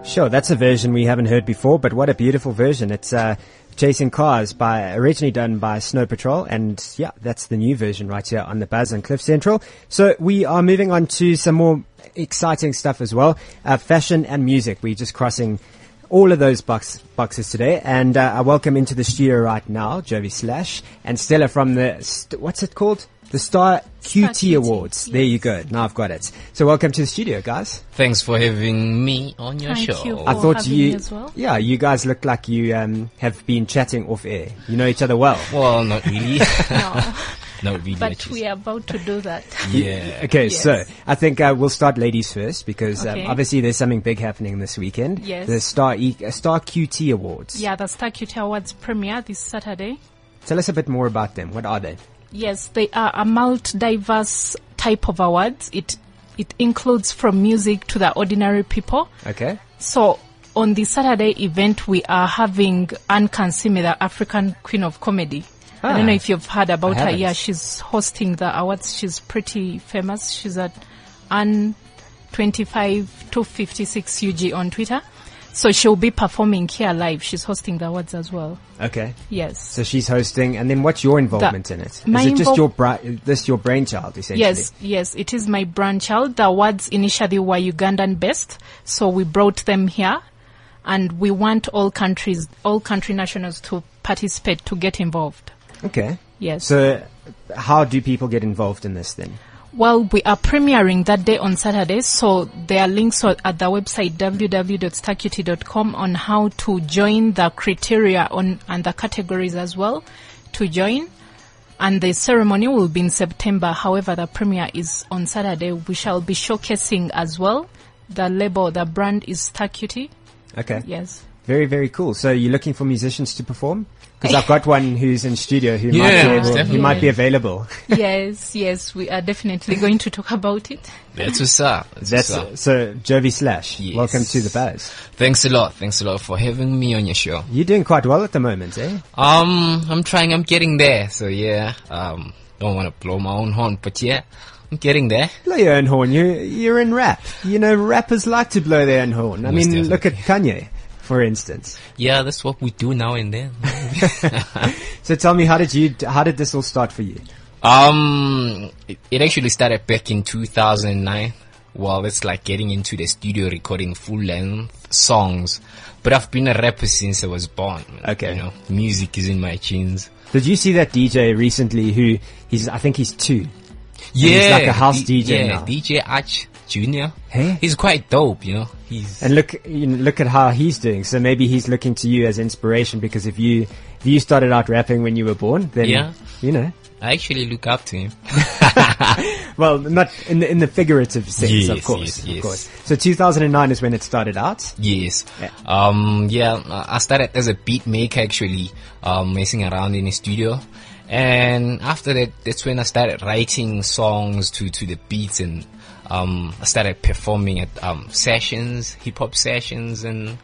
[SPEAKER 3] Sure, that's a version we haven't heard before, but what a beautiful version. It's uh, Chasing Cars by originally done by Snow Patrol and yeah, that's the new version right here on the Buzz and Cliff Central. So we are moving on to some more exciting stuff as well. Uh, fashion and music. We're just crossing all of those box, boxes today and uh, I welcome into the studio right now Jovi Slash and Stella from the st- what's it called? The Star QT,
[SPEAKER 4] QT,
[SPEAKER 3] Awards. There you go. Now I've got it. So welcome to the studio, guys.
[SPEAKER 6] Thanks for having me on your
[SPEAKER 7] Thank
[SPEAKER 6] show.
[SPEAKER 7] you.
[SPEAKER 3] I
[SPEAKER 7] for
[SPEAKER 3] thought
[SPEAKER 7] having
[SPEAKER 3] you,
[SPEAKER 7] me as well.
[SPEAKER 3] yeah, you guys look like you um, have been chatting off air. You know each other well.
[SPEAKER 6] Well, not really.
[SPEAKER 7] No,
[SPEAKER 6] not really.
[SPEAKER 7] but
[SPEAKER 6] actually.
[SPEAKER 7] we are about to do that.
[SPEAKER 6] yeah.
[SPEAKER 3] Okay, so I think uh, we'll start ladies first because
[SPEAKER 7] Okay.
[SPEAKER 3] um, obviously there's something big happening this weekend.
[SPEAKER 7] Yes.
[SPEAKER 3] the Star e- uh, Star QT Awards.
[SPEAKER 7] Yeah, the Star Cutie Awards premiere this Saturday.
[SPEAKER 3] Tell us a bit more about them. What are they?
[SPEAKER 7] Yes, they are a multi-diverse type of awards. It it includes from music to the ordinary people.
[SPEAKER 3] Okay.
[SPEAKER 7] So on the Saturday event, we are having Anne Kansime, the African Queen of Comedy. I
[SPEAKER 3] Ah.
[SPEAKER 7] don't know if you've heard about
[SPEAKER 3] I
[SPEAKER 7] her.
[SPEAKER 3] haven't.
[SPEAKER 7] Yeah, she's hosting the awards. She's pretty famous. She's at Anne 25256UG on Twitter. So she'll be performing here live. She's hosting the awards as well.
[SPEAKER 3] Okay.
[SPEAKER 7] Yes.
[SPEAKER 3] So she's hosting, and then what's your involvement in it?
[SPEAKER 7] my
[SPEAKER 3] Is it just
[SPEAKER 7] invol-
[SPEAKER 3] your bri- this your brainchild essentially?
[SPEAKER 7] Yes, yes, it is my brainchild. The awards initially were Ugandan based, so we brought them here, and we want all countries, all country nationals to participate to get involved.
[SPEAKER 3] Okay.
[SPEAKER 7] Yes.
[SPEAKER 3] So, how do people get involved in this then?
[SPEAKER 7] Well, we are premiering that day on Saturday, so there are links o- at the website www.stacuity.com on how to join the criteria on and the categories as well to join. And the ceremony will be in September. However, the premiere is on Saturday. We shall be showcasing as well. The label, the brand is Stacuity.
[SPEAKER 3] Okay.
[SPEAKER 7] Yes.
[SPEAKER 3] Very very cool. So you're looking for musicians to perform? Because I've got one who's in studio who
[SPEAKER 6] Yeah,
[SPEAKER 3] might be
[SPEAKER 6] most
[SPEAKER 3] able, who might be
[SPEAKER 7] definitely.
[SPEAKER 3] available.
[SPEAKER 7] yes, yes, we are definitely going to talk about it.
[SPEAKER 6] That's what's up. That's,
[SPEAKER 3] That's
[SPEAKER 6] what's up.
[SPEAKER 3] so Jovi Slash.
[SPEAKER 6] Yes.
[SPEAKER 3] Welcome to the buzz.
[SPEAKER 6] Thanks a lot. Thanks a lot for having me on your show.
[SPEAKER 3] You're doing quite well at the moment, eh?
[SPEAKER 6] Um, I'm trying. I'm getting there. So yeah. Um, don't want to blow my own horn, but yeah, I'm getting there.
[SPEAKER 3] Blow your own horn. You you're in rap. You know rappers like to blow their own horn. I
[SPEAKER 6] Most
[SPEAKER 3] mean, look at Kanye, for instance.
[SPEAKER 6] Yeah, that's what we do now and then.
[SPEAKER 3] So tell me, how did you? How did this all start for you?
[SPEAKER 6] Um, it, it actually started back in 2009. Well, it's like getting into the studio recording full length songs. But I've been a rapper since I was born. man.
[SPEAKER 3] Okay.
[SPEAKER 6] You know, music is in my genes.
[SPEAKER 3] Did you see that DJ recently? Who he's? I think he's two.
[SPEAKER 6] Yeah.
[SPEAKER 3] he's like a house
[SPEAKER 6] D-
[SPEAKER 3] DJ
[SPEAKER 6] yeah,
[SPEAKER 3] now.
[SPEAKER 6] DJ Arch Jr.
[SPEAKER 3] Hey.
[SPEAKER 6] He's quite dope, you know. He's,
[SPEAKER 3] And look, you know, look at how he's doing. So maybe he's looking to you as inspiration because if you if you started out rapping when you were born, then
[SPEAKER 6] Yeah.
[SPEAKER 3] you know.
[SPEAKER 6] I actually look up to him.
[SPEAKER 3] Well, not in the, in the figurative sense, of
[SPEAKER 6] Yes,
[SPEAKER 3] course,
[SPEAKER 6] yes,
[SPEAKER 3] of
[SPEAKER 6] yes.
[SPEAKER 3] course. So 2009 is when it started out.
[SPEAKER 6] Yes.
[SPEAKER 3] Yeah.
[SPEAKER 6] Um, yeah, I I started as a beat maker actually, um, messing around in the studio. And after that, that's when I started writing songs to, to the beats and, um, I started performing at, um, sessions, hip hop sessions and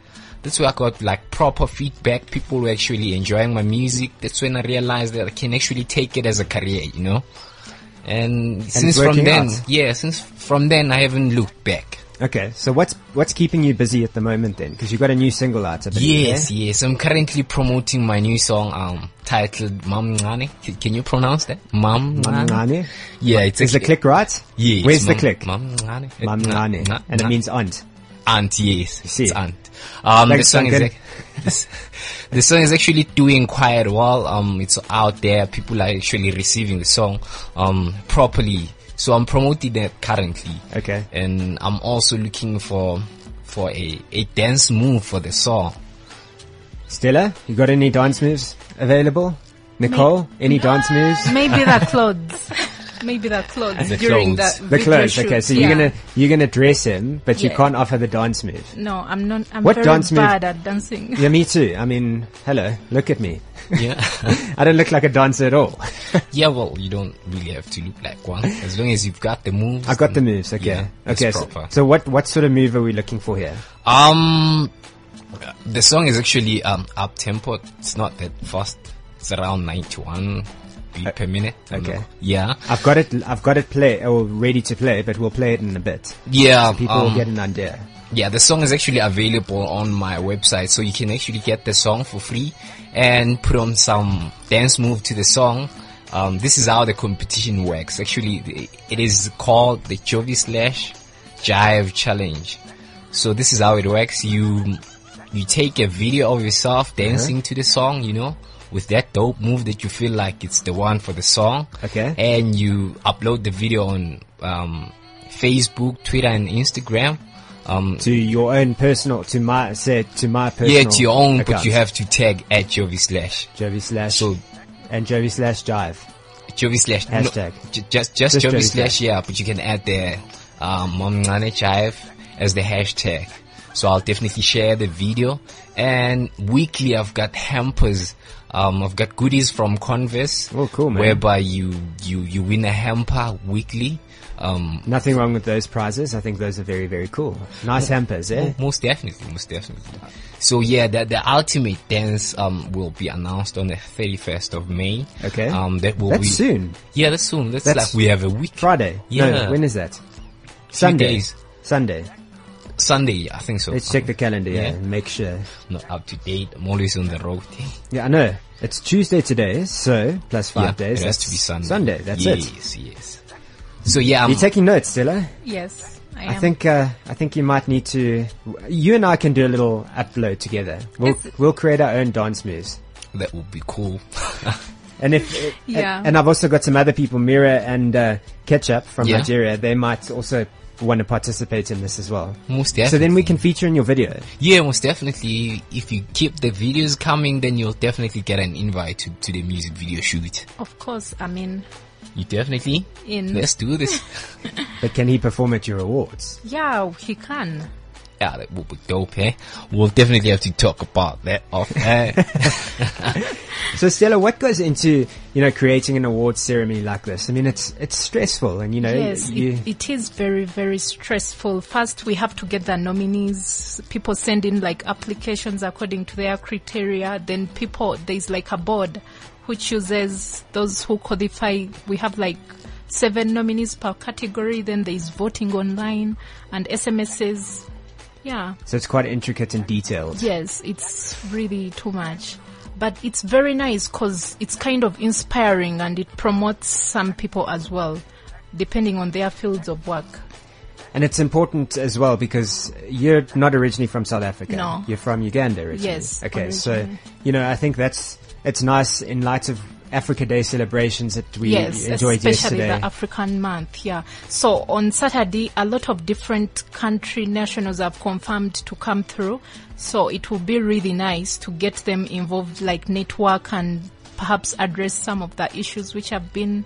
[SPEAKER 6] that's where I got like proper feedback. People were actually enjoying my music. That's when I realized that I can actually take it as a career, you know? And, since from
[SPEAKER 3] working
[SPEAKER 6] then,
[SPEAKER 3] out.
[SPEAKER 6] yeah, since from then I haven't looked back.
[SPEAKER 3] Okay, so what's what's keeping you busy at the moment then? Because you got a new single out. I believe,
[SPEAKER 6] Yes,
[SPEAKER 3] yeah?
[SPEAKER 6] yes. I'm currently promoting my new song, um, titled Mam Ngane. C- Can you pronounce that? Mam
[SPEAKER 3] Mamngane?
[SPEAKER 6] Ngane. Yeah, it's
[SPEAKER 3] Is the
[SPEAKER 6] actually-
[SPEAKER 3] click right?
[SPEAKER 6] Uh-huh. Yes.
[SPEAKER 3] Where's the
[SPEAKER 6] Mam-
[SPEAKER 3] click?
[SPEAKER 6] Mam Ngane.
[SPEAKER 3] Mam Ngane.
[SPEAKER 6] Na- na-
[SPEAKER 3] and it
[SPEAKER 6] na-
[SPEAKER 3] means aunt.
[SPEAKER 6] aunt. Yes,
[SPEAKER 3] see.
[SPEAKER 6] it's aunt. Um, the
[SPEAKER 3] Thanks,
[SPEAKER 6] song is
[SPEAKER 3] Duncan.
[SPEAKER 6] ac- this, the song is actually doing quite well. Um, it's out there. People are actually receiving the song um properly. So I'm promoting that currently.
[SPEAKER 3] Okay.
[SPEAKER 6] And I'm also looking for for a a dance move for the song.
[SPEAKER 3] Stella, you got any dance moves available? Nicole, any dance moves?
[SPEAKER 7] Maybe the clothes. Maybe the clothes
[SPEAKER 6] The
[SPEAKER 7] during
[SPEAKER 6] clothes.
[SPEAKER 7] the
[SPEAKER 3] The
[SPEAKER 7] video
[SPEAKER 3] clothes.
[SPEAKER 7] shoot.
[SPEAKER 3] Okay, so
[SPEAKER 7] Yeah.
[SPEAKER 3] you're gonna you're gonna dress him, but you
[SPEAKER 7] Yeah.
[SPEAKER 3] can't offer the dance move.
[SPEAKER 7] No, I'm not. I'm
[SPEAKER 3] What
[SPEAKER 7] very
[SPEAKER 3] dance move-
[SPEAKER 7] bad at dancing.
[SPEAKER 3] Yeah, me too. I mean, hello, look at me.
[SPEAKER 6] Yeah.
[SPEAKER 3] I don't look like a dancer at all.
[SPEAKER 6] Yeah, well, you don't really have to look like one as long as you've got the moves.
[SPEAKER 3] I got the
[SPEAKER 6] then-
[SPEAKER 3] moves. Okay,
[SPEAKER 6] Yeah, that's
[SPEAKER 3] okay. So,
[SPEAKER 6] proper.
[SPEAKER 3] so what what sort of move are we looking for here?
[SPEAKER 6] um, the song is actually um up tempo. It's not that fast. It's around ninety one beat per minute. I don't
[SPEAKER 3] Uh, okay.
[SPEAKER 6] know. Yeah.
[SPEAKER 3] I've got it. I've got it play or ready to play, but we'll play it in a bit.
[SPEAKER 6] Yeah.
[SPEAKER 3] People
[SPEAKER 6] um,
[SPEAKER 3] will get an idea.
[SPEAKER 6] Yeah, the song is actually available on my website, so you can actually get the song for free and put on some dance move to the song. Um, this is how the competition works. Actually, the- it is called the Jovi slash Jive Challenge. So this is how it works. You you take a video of yourself dancing to the song, you know, with that dope move that you feel like it's the one for the song.
[SPEAKER 3] Okay.
[SPEAKER 6] And you upload the video on um, Facebook, Twitter, and Instagram. Um,
[SPEAKER 3] To your own personal, to my say to my personal.
[SPEAKER 6] yeah, it's your own, but
[SPEAKER 3] account.
[SPEAKER 6] you have to tag at Jovi Slash.
[SPEAKER 3] Jovi slash
[SPEAKER 6] So-
[SPEAKER 3] and Jovi slash Jive.
[SPEAKER 6] Jovi Slash. no,
[SPEAKER 3] Hashtag.
[SPEAKER 6] ju- just, just
[SPEAKER 3] Just
[SPEAKER 6] Jovi
[SPEAKER 3] Jovi
[SPEAKER 6] Slash,
[SPEAKER 3] Slash.
[SPEAKER 6] yeah, but you can add the um, Mom Nane Jive as the hashtag. So I'll definitely share the video. And weekly, I've got hampers. Um, I've got goodies from Converse.
[SPEAKER 3] Oh, cool, man.
[SPEAKER 6] Whereby you, you, you win a hamper weekly. Um,
[SPEAKER 3] Nothing wrong with those prizes. I think those are very, very cool. Nice hampers, eh?
[SPEAKER 6] Mo- Most definitely, most definitely. So yeah, the, the ultimate dance um will be announced on the thirty first of May.
[SPEAKER 3] Okay.
[SPEAKER 6] Um, that will
[SPEAKER 3] That's
[SPEAKER 6] be
[SPEAKER 3] soon.
[SPEAKER 6] Yeah, that's soon. That's,
[SPEAKER 3] That's
[SPEAKER 6] like we have a week.
[SPEAKER 3] Friday.
[SPEAKER 6] Yeah.
[SPEAKER 3] No, when is that?
[SPEAKER 6] Few
[SPEAKER 3] Sunday.
[SPEAKER 6] days.
[SPEAKER 3] Sunday.
[SPEAKER 6] Sunday, I think so.
[SPEAKER 3] Let's check the calendar. Yeah,
[SPEAKER 6] Yeah.
[SPEAKER 3] make sure.
[SPEAKER 6] I'm not up to date. I'm always on the road.
[SPEAKER 3] Yeah, I know. It's Tuesday today, so plus five
[SPEAKER 6] Yeah,
[SPEAKER 3] days.
[SPEAKER 6] It has
[SPEAKER 3] that's
[SPEAKER 6] to be Sunday.
[SPEAKER 3] Sunday. That's
[SPEAKER 6] yes,
[SPEAKER 3] it.
[SPEAKER 6] Yes, yes. So yeah, um, I'm,
[SPEAKER 3] You're taking notes, Stella.
[SPEAKER 7] Yes, I
[SPEAKER 3] I
[SPEAKER 7] am.
[SPEAKER 3] think uh, I think you might need to. You and I can do a little upload together. We'll
[SPEAKER 7] Is-
[SPEAKER 3] we'll create our own dance moves.
[SPEAKER 6] that would be cool.
[SPEAKER 3] And if
[SPEAKER 7] Yeah.
[SPEAKER 3] and, I've also got some other people, Mira and uh, Ketchup from
[SPEAKER 6] Yeah.
[SPEAKER 3] Nigeria. They might also want to participate in this as well.
[SPEAKER 6] most definitely.
[SPEAKER 3] So then we can feature in your video.
[SPEAKER 6] Yeah, most definitely. If you keep the videos coming, then you'll definitely get an invite to, to the music video shoot.
[SPEAKER 7] of course, I mean,
[SPEAKER 6] You definitely.
[SPEAKER 7] In.
[SPEAKER 6] Let's do this.
[SPEAKER 3] But can he perform at your awards?
[SPEAKER 7] yeah, he can.
[SPEAKER 6] yeah, that would be dope, eh? We'll definitely have to talk about that off air.
[SPEAKER 3] So Stella, what goes into you know creating an awards ceremony like this? I mean, it's it's stressful, and you know,
[SPEAKER 7] Yes,
[SPEAKER 3] you,
[SPEAKER 7] it, it is very, very stressful. First, we have to get the nominees. People send in like applications according to their criteria. Then people, there's like a board who chooses those who qualify. We have like seven nominees per category. Then there's voting online and SMSs. Yeah.
[SPEAKER 3] so it's quite intricate and detailed.
[SPEAKER 7] Yes, it's really too much. But it's very nice because it's kind of inspiring and it promotes some people as well, depending on their fields of work.
[SPEAKER 3] And it's important as well because you're not originally from South Africa.
[SPEAKER 7] No.
[SPEAKER 3] You're from Uganda originally.
[SPEAKER 7] Yes,
[SPEAKER 3] Okay, so,
[SPEAKER 7] originally.
[SPEAKER 3] you know, I think that's, it's nice in light of Africa Day celebrations that we
[SPEAKER 7] yes,
[SPEAKER 3] enjoyed
[SPEAKER 7] especially
[SPEAKER 3] yesterday.
[SPEAKER 7] the African month, yeah. So on Saturday, a lot of different country nationals have confirmed to come through. So it will be really nice to get them involved, like network and perhaps address some of the issues which have been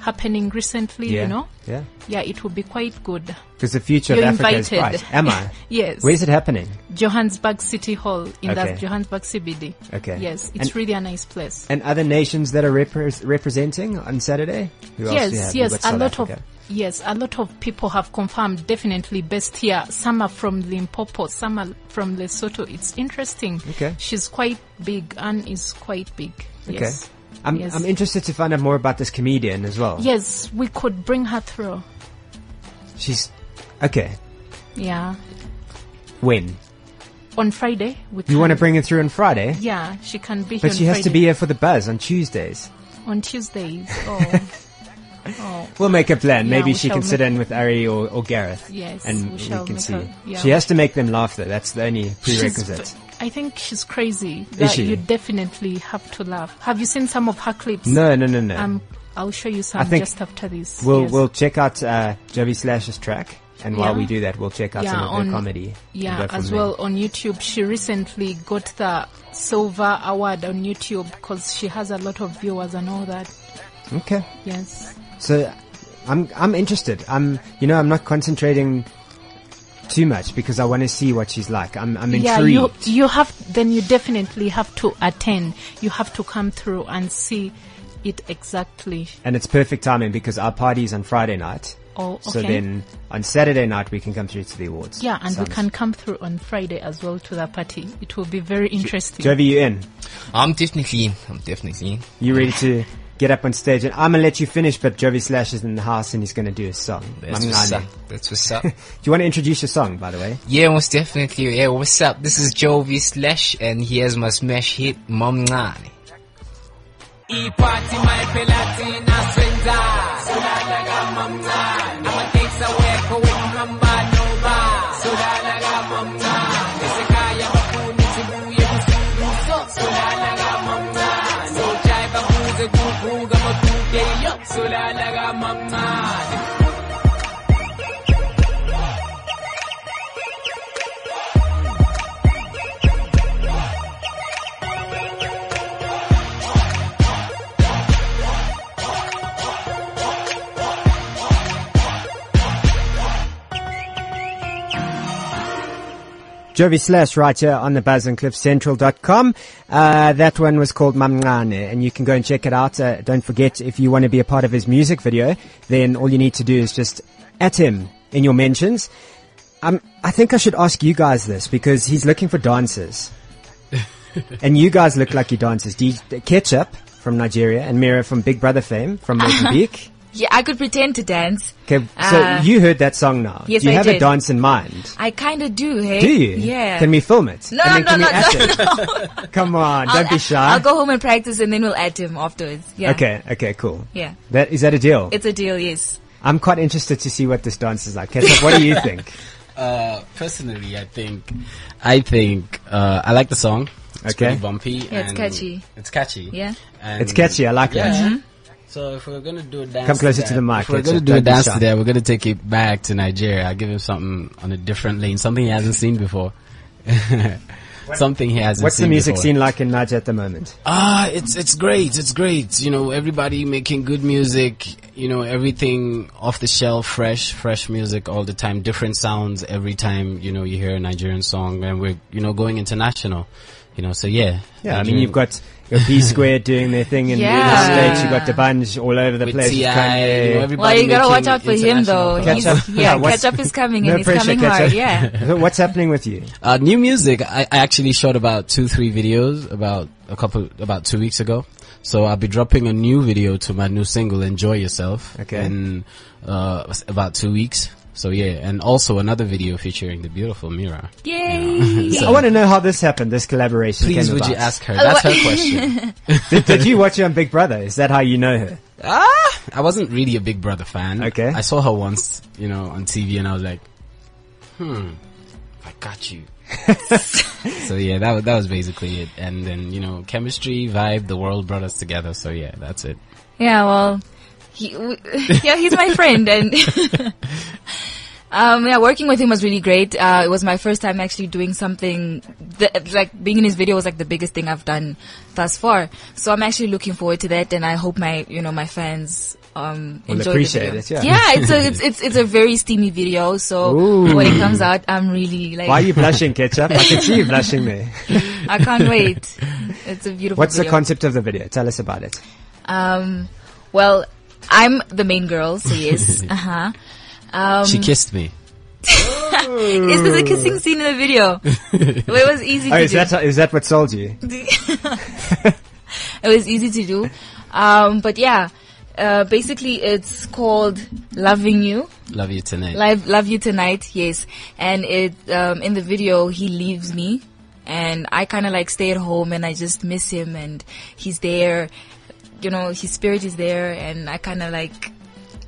[SPEAKER 7] happening recently,
[SPEAKER 3] yeah.
[SPEAKER 7] you know?
[SPEAKER 3] Yeah.
[SPEAKER 7] Yeah, it will be quite good.
[SPEAKER 3] Because the future
[SPEAKER 7] You're
[SPEAKER 3] of Africa is
[SPEAKER 7] invited.
[SPEAKER 3] bright. Am I?
[SPEAKER 7] Yes.
[SPEAKER 3] Where's it happening?
[SPEAKER 7] Johannesburg City Hall in
[SPEAKER 3] Okay.
[SPEAKER 7] the Johannesburg CBD.
[SPEAKER 3] Okay.
[SPEAKER 7] Yes, it's
[SPEAKER 3] And-
[SPEAKER 7] really a nice place.
[SPEAKER 3] And other nations that are repres representing on Saturday? Who else do you have? You've
[SPEAKER 7] yes, yes,
[SPEAKER 3] got
[SPEAKER 7] a
[SPEAKER 3] South
[SPEAKER 7] lot of
[SPEAKER 3] Africa.
[SPEAKER 7] yes, a lot of people have confirmed definitely best here. Some are from Limpopo, some are from Lesotho. It's interesting.
[SPEAKER 3] Okay.
[SPEAKER 7] She's quite big. Anne is quite big. Yes.
[SPEAKER 3] Okay. I'm,
[SPEAKER 7] Yes.
[SPEAKER 3] I'm interested to find out more about this comedian as well.
[SPEAKER 7] Yes, we could bring her through.
[SPEAKER 3] She's, okay.
[SPEAKER 7] Yeah.
[SPEAKER 3] When?
[SPEAKER 7] On Friday we
[SPEAKER 3] You
[SPEAKER 7] can-
[SPEAKER 3] want to bring her through on Friday?
[SPEAKER 7] Yeah, she can be here.
[SPEAKER 3] But
[SPEAKER 7] on
[SPEAKER 3] she has to
[SPEAKER 7] Friday.
[SPEAKER 3] be here for the buzz on Tuesdays.
[SPEAKER 7] on Tuesdays. Oh. oh.
[SPEAKER 3] We'll make a plan.
[SPEAKER 7] Yeah,
[SPEAKER 3] Maybe
[SPEAKER 7] we
[SPEAKER 3] she
[SPEAKER 7] shall
[SPEAKER 3] can sit
[SPEAKER 7] make-
[SPEAKER 3] in with Ari or, or Gareth.
[SPEAKER 7] Yes,
[SPEAKER 3] and
[SPEAKER 7] we shall
[SPEAKER 3] can
[SPEAKER 7] make
[SPEAKER 3] see.
[SPEAKER 7] a- yeah.
[SPEAKER 3] She has to make them laugh, though. That's the only prerequisite.
[SPEAKER 7] She's, I think she's crazy. That
[SPEAKER 3] she?
[SPEAKER 7] You definitely have to laugh. Have you seen some of her clips?
[SPEAKER 3] no, no, no, no.
[SPEAKER 7] Um, I'll show you some
[SPEAKER 3] think
[SPEAKER 7] just after this.
[SPEAKER 3] we'll
[SPEAKER 7] Yes.
[SPEAKER 3] we'll check out uh, Jovi Slash's track, and while
[SPEAKER 7] Yeah.
[SPEAKER 3] we do that, we'll check out
[SPEAKER 7] Yeah,
[SPEAKER 3] some of her
[SPEAKER 7] on-
[SPEAKER 3] comedy. and
[SPEAKER 7] Yeah,
[SPEAKER 3] go from
[SPEAKER 7] as
[SPEAKER 3] there.
[SPEAKER 7] well on YouTube. She recently got the silver award on YouTube because she has a lot of viewers and all that.
[SPEAKER 3] Okay,
[SPEAKER 7] Yes.
[SPEAKER 3] so I'm I'm interested. I'm you know I'm not concentrating too much because I want to see what she's like. I'm I'm intrigued.
[SPEAKER 7] Yeah, you you have then you definitely have to attend. You have to come through and see it exactly.
[SPEAKER 3] And it's perfect timing because our party's on Friday night.
[SPEAKER 7] Oh,
[SPEAKER 3] So
[SPEAKER 7] okay.
[SPEAKER 3] then on Saturday night we can come through to the awards.
[SPEAKER 7] Yeah, and
[SPEAKER 3] Sounds-
[SPEAKER 7] we can come through on Friday as well to the party. It will be very interesting.
[SPEAKER 3] Jovi, you in?
[SPEAKER 6] I'm definitely, I'm definitely.
[SPEAKER 3] You ready to get up on stage? And I'm gonna let you finish, but Jovi Slash is in the house and he's gonna do his song.
[SPEAKER 6] That's
[SPEAKER 3] Mangane.
[SPEAKER 6] what's up.
[SPEAKER 3] Do
[SPEAKER 6] That's what's up.
[SPEAKER 3] you want to introduce your song, by the way?
[SPEAKER 6] yeah, most definitely. Yeah, what's up? This is Jovi Slash, and here's my smash hit, Mom Nani.
[SPEAKER 3] Jovi Slash right here on the Buzz and Cliff Central.com. Uh, that one was called Mamngane and you can go and check it out. Uh, don't forget if you want to be a part of his music video, then all you need to do is just at him in your mentions. Um, I think I should ask you guys this because he's looking for dancers. and you guys look like you dancers. D- Ketchup from Nigeria and Mira from Big Brother fame from Mozambique.
[SPEAKER 8] Yeah, I could pretend to dance.
[SPEAKER 3] Okay,
[SPEAKER 8] Uh,
[SPEAKER 3] so you heard that song now.
[SPEAKER 8] yes,
[SPEAKER 3] Do you
[SPEAKER 8] I
[SPEAKER 3] have a
[SPEAKER 8] did.
[SPEAKER 3] dance in mind?
[SPEAKER 8] I kind of do, hey?
[SPEAKER 3] Do you?
[SPEAKER 8] Yeah.
[SPEAKER 3] Can we film it?
[SPEAKER 8] No,
[SPEAKER 3] And then
[SPEAKER 8] no,
[SPEAKER 3] can
[SPEAKER 8] no,
[SPEAKER 3] we
[SPEAKER 8] no,
[SPEAKER 3] act it? Come on, don't be shy.
[SPEAKER 8] I'll go home and practice and then we'll add him afterwards. Yeah.
[SPEAKER 3] Okay, okay, cool.
[SPEAKER 8] Yeah.
[SPEAKER 3] That is that a deal?
[SPEAKER 8] It's a deal, yes.
[SPEAKER 3] I'm quite interested to see what this dance is like. Keshav, what do you think?
[SPEAKER 9] Uh, personally, I think, I think, uh, I like the song. It's
[SPEAKER 3] Okay.
[SPEAKER 9] pretty bumpy.
[SPEAKER 8] Yeah, it's
[SPEAKER 9] and
[SPEAKER 8] catchy.
[SPEAKER 9] It's catchy.
[SPEAKER 8] Yeah. Mm-hmm.
[SPEAKER 9] And
[SPEAKER 3] It's catchy, I like
[SPEAKER 9] yeah.
[SPEAKER 3] that.
[SPEAKER 9] So if we're gonna do a dance,
[SPEAKER 3] Come closer
[SPEAKER 9] today-
[SPEAKER 3] to the mic,
[SPEAKER 9] If we're
[SPEAKER 3] Richard,
[SPEAKER 9] gonna do a
[SPEAKER 3] don't be
[SPEAKER 9] dance
[SPEAKER 3] shy.
[SPEAKER 9] today, we're gonna take it back to Nigeria. I'll give him something on a different lane, something he hasn't seen before. something he hasn't.
[SPEAKER 3] What's the
[SPEAKER 9] seen
[SPEAKER 3] music
[SPEAKER 9] before.
[SPEAKER 3] scene like in Niger at the moment?
[SPEAKER 9] Ah, it's it's great. It's great. You know, everybody making good music. You know, everything off the shelf, fresh, fresh music all the time. Different sounds every time. You know, you hear a Nigerian song, and we're you know going international. You know, so yeah.
[SPEAKER 3] Yeah, I mean,
[SPEAKER 9] Nigerian-
[SPEAKER 3] you've got your P Square doing their thing in
[SPEAKER 4] Yeah.
[SPEAKER 3] the States, you've got the bunch all over the
[SPEAKER 9] with
[SPEAKER 3] place.
[SPEAKER 9] Ti. You know,
[SPEAKER 3] Kanye.
[SPEAKER 9] everybody
[SPEAKER 8] Well, you gotta watch
[SPEAKER 9] making
[SPEAKER 8] out for him though.
[SPEAKER 9] international
[SPEAKER 8] He's,
[SPEAKER 3] Catch up. Yeah,
[SPEAKER 8] yeah,
[SPEAKER 3] what's-
[SPEAKER 8] catch up is coming
[SPEAKER 3] no
[SPEAKER 8] and he's
[SPEAKER 3] pressure,
[SPEAKER 8] coming
[SPEAKER 3] catch
[SPEAKER 8] hard.
[SPEAKER 3] up.
[SPEAKER 8] Yeah.
[SPEAKER 3] So What's happening with you?
[SPEAKER 9] Uh, new music. I, I actually shot about two, three videos about a couple, about two weeks ago. So I'll be dropping a new video to my new single, Enjoy Yourself.
[SPEAKER 3] Okay.
[SPEAKER 9] In, uh, s- about two weeks. So yeah, and also another video featuring the beautiful Mira.
[SPEAKER 8] Yay!
[SPEAKER 3] I want to know how this happened, this collaboration.
[SPEAKER 9] Please
[SPEAKER 3] came
[SPEAKER 9] would you
[SPEAKER 3] about.
[SPEAKER 9] ask
[SPEAKER 8] Uh,
[SPEAKER 9] her? That's her question.
[SPEAKER 3] Did, did you watch her on Big Brother? Is that how you know her?
[SPEAKER 9] Ah! I wasn't really a Big Brother fan.
[SPEAKER 3] Okay.
[SPEAKER 9] I saw her once, you know, on TV and I was like, hmm, I got you. so yeah, that, wa- that was basically it. And then, you know, chemistry, vibe, the world brought us together. So yeah, that's it.
[SPEAKER 8] Yeah, well, he, w- yeah, he's my friend, and um, yeah, working with him was really great. Uh, it was my first time actually doing something th- like being in his video was like the biggest thing I've done thus far. So I'm actually looking forward to that, and I hope my you know my fans. Um,
[SPEAKER 3] Will
[SPEAKER 8] enjoy
[SPEAKER 3] appreciate
[SPEAKER 8] the video.
[SPEAKER 3] it, yeah.
[SPEAKER 8] it's a it's, it's it's a very steamy video. So
[SPEAKER 3] Ooh.
[SPEAKER 8] when it comes out, I'm really like
[SPEAKER 3] Why are you blushing, Ketchup? I can see you blushing there.
[SPEAKER 8] I can't wait. It's a beautiful.
[SPEAKER 3] What's the
[SPEAKER 8] video.
[SPEAKER 3] concept of the video? Tell us about it.
[SPEAKER 8] Um, well, I'm the main girl, so yes. uh huh. Um,
[SPEAKER 9] She kissed me.
[SPEAKER 8] Is this a
[SPEAKER 3] Hmm.
[SPEAKER 8] kissing scene in the video? well, it was easy
[SPEAKER 3] Oh,
[SPEAKER 8] to
[SPEAKER 3] is
[SPEAKER 8] do.
[SPEAKER 3] that, is that what sold you?
[SPEAKER 8] it was easy to do. Um, but yeah, uh, basically it's called Loving You.
[SPEAKER 9] Love you tonight.
[SPEAKER 8] Live, love you tonight, yes. And it, um, in the video, he leaves me and I kind of like stay at home and I just miss him and he's there, you know, his spirit is there and I kind of like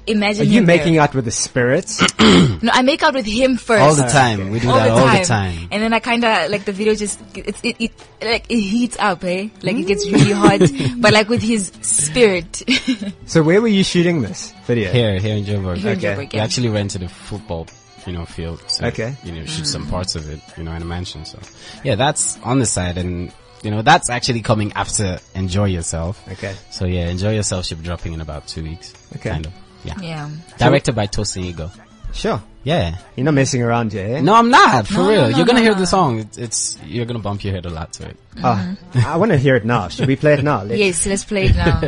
[SPEAKER 8] imagine
[SPEAKER 3] Are you
[SPEAKER 8] him
[SPEAKER 3] making
[SPEAKER 8] there.
[SPEAKER 3] out with the spirits?
[SPEAKER 8] No, I make out with him first.
[SPEAKER 9] all the time. We do that all the time.
[SPEAKER 8] And then I kind of like the video just it, it it like it heats up, eh? Like it gets really hot,
[SPEAKER 9] Mm.
[SPEAKER 8] but like with his spirit.
[SPEAKER 3] So where were you shooting this video?
[SPEAKER 9] Here, here in Joburg.
[SPEAKER 8] Here in
[SPEAKER 3] Okay.
[SPEAKER 8] Joburg,
[SPEAKER 9] We
[SPEAKER 8] yeah.
[SPEAKER 9] actually rented a football, you know, field. So,
[SPEAKER 3] Okay.
[SPEAKER 9] You know, shoot
[SPEAKER 8] Mm.
[SPEAKER 9] some parts of it, you know, in a mansion. So, yeah, that's on the side, and you know, that's actually coming after Enjoy Yourself.
[SPEAKER 3] Okay.
[SPEAKER 9] So yeah, Enjoy Yourself should be dropping in about two weeks.
[SPEAKER 3] Okay.
[SPEAKER 9] Kind of. Yeah.
[SPEAKER 8] yeah.
[SPEAKER 9] Directed by Tosin Ego.
[SPEAKER 3] Sure.
[SPEAKER 9] Yeah.
[SPEAKER 3] You're not messing around here, eh?
[SPEAKER 9] No, I'm not. For
[SPEAKER 8] No,
[SPEAKER 9] real.
[SPEAKER 8] no, no,
[SPEAKER 9] you're gonna
[SPEAKER 8] no,
[SPEAKER 9] hear
[SPEAKER 8] no.
[SPEAKER 9] the song. It's, it's you're gonna bump your head a lot to it.
[SPEAKER 3] Ah, I want to hear it now. Should we play it now? Let's-
[SPEAKER 8] Yes, let's play it now.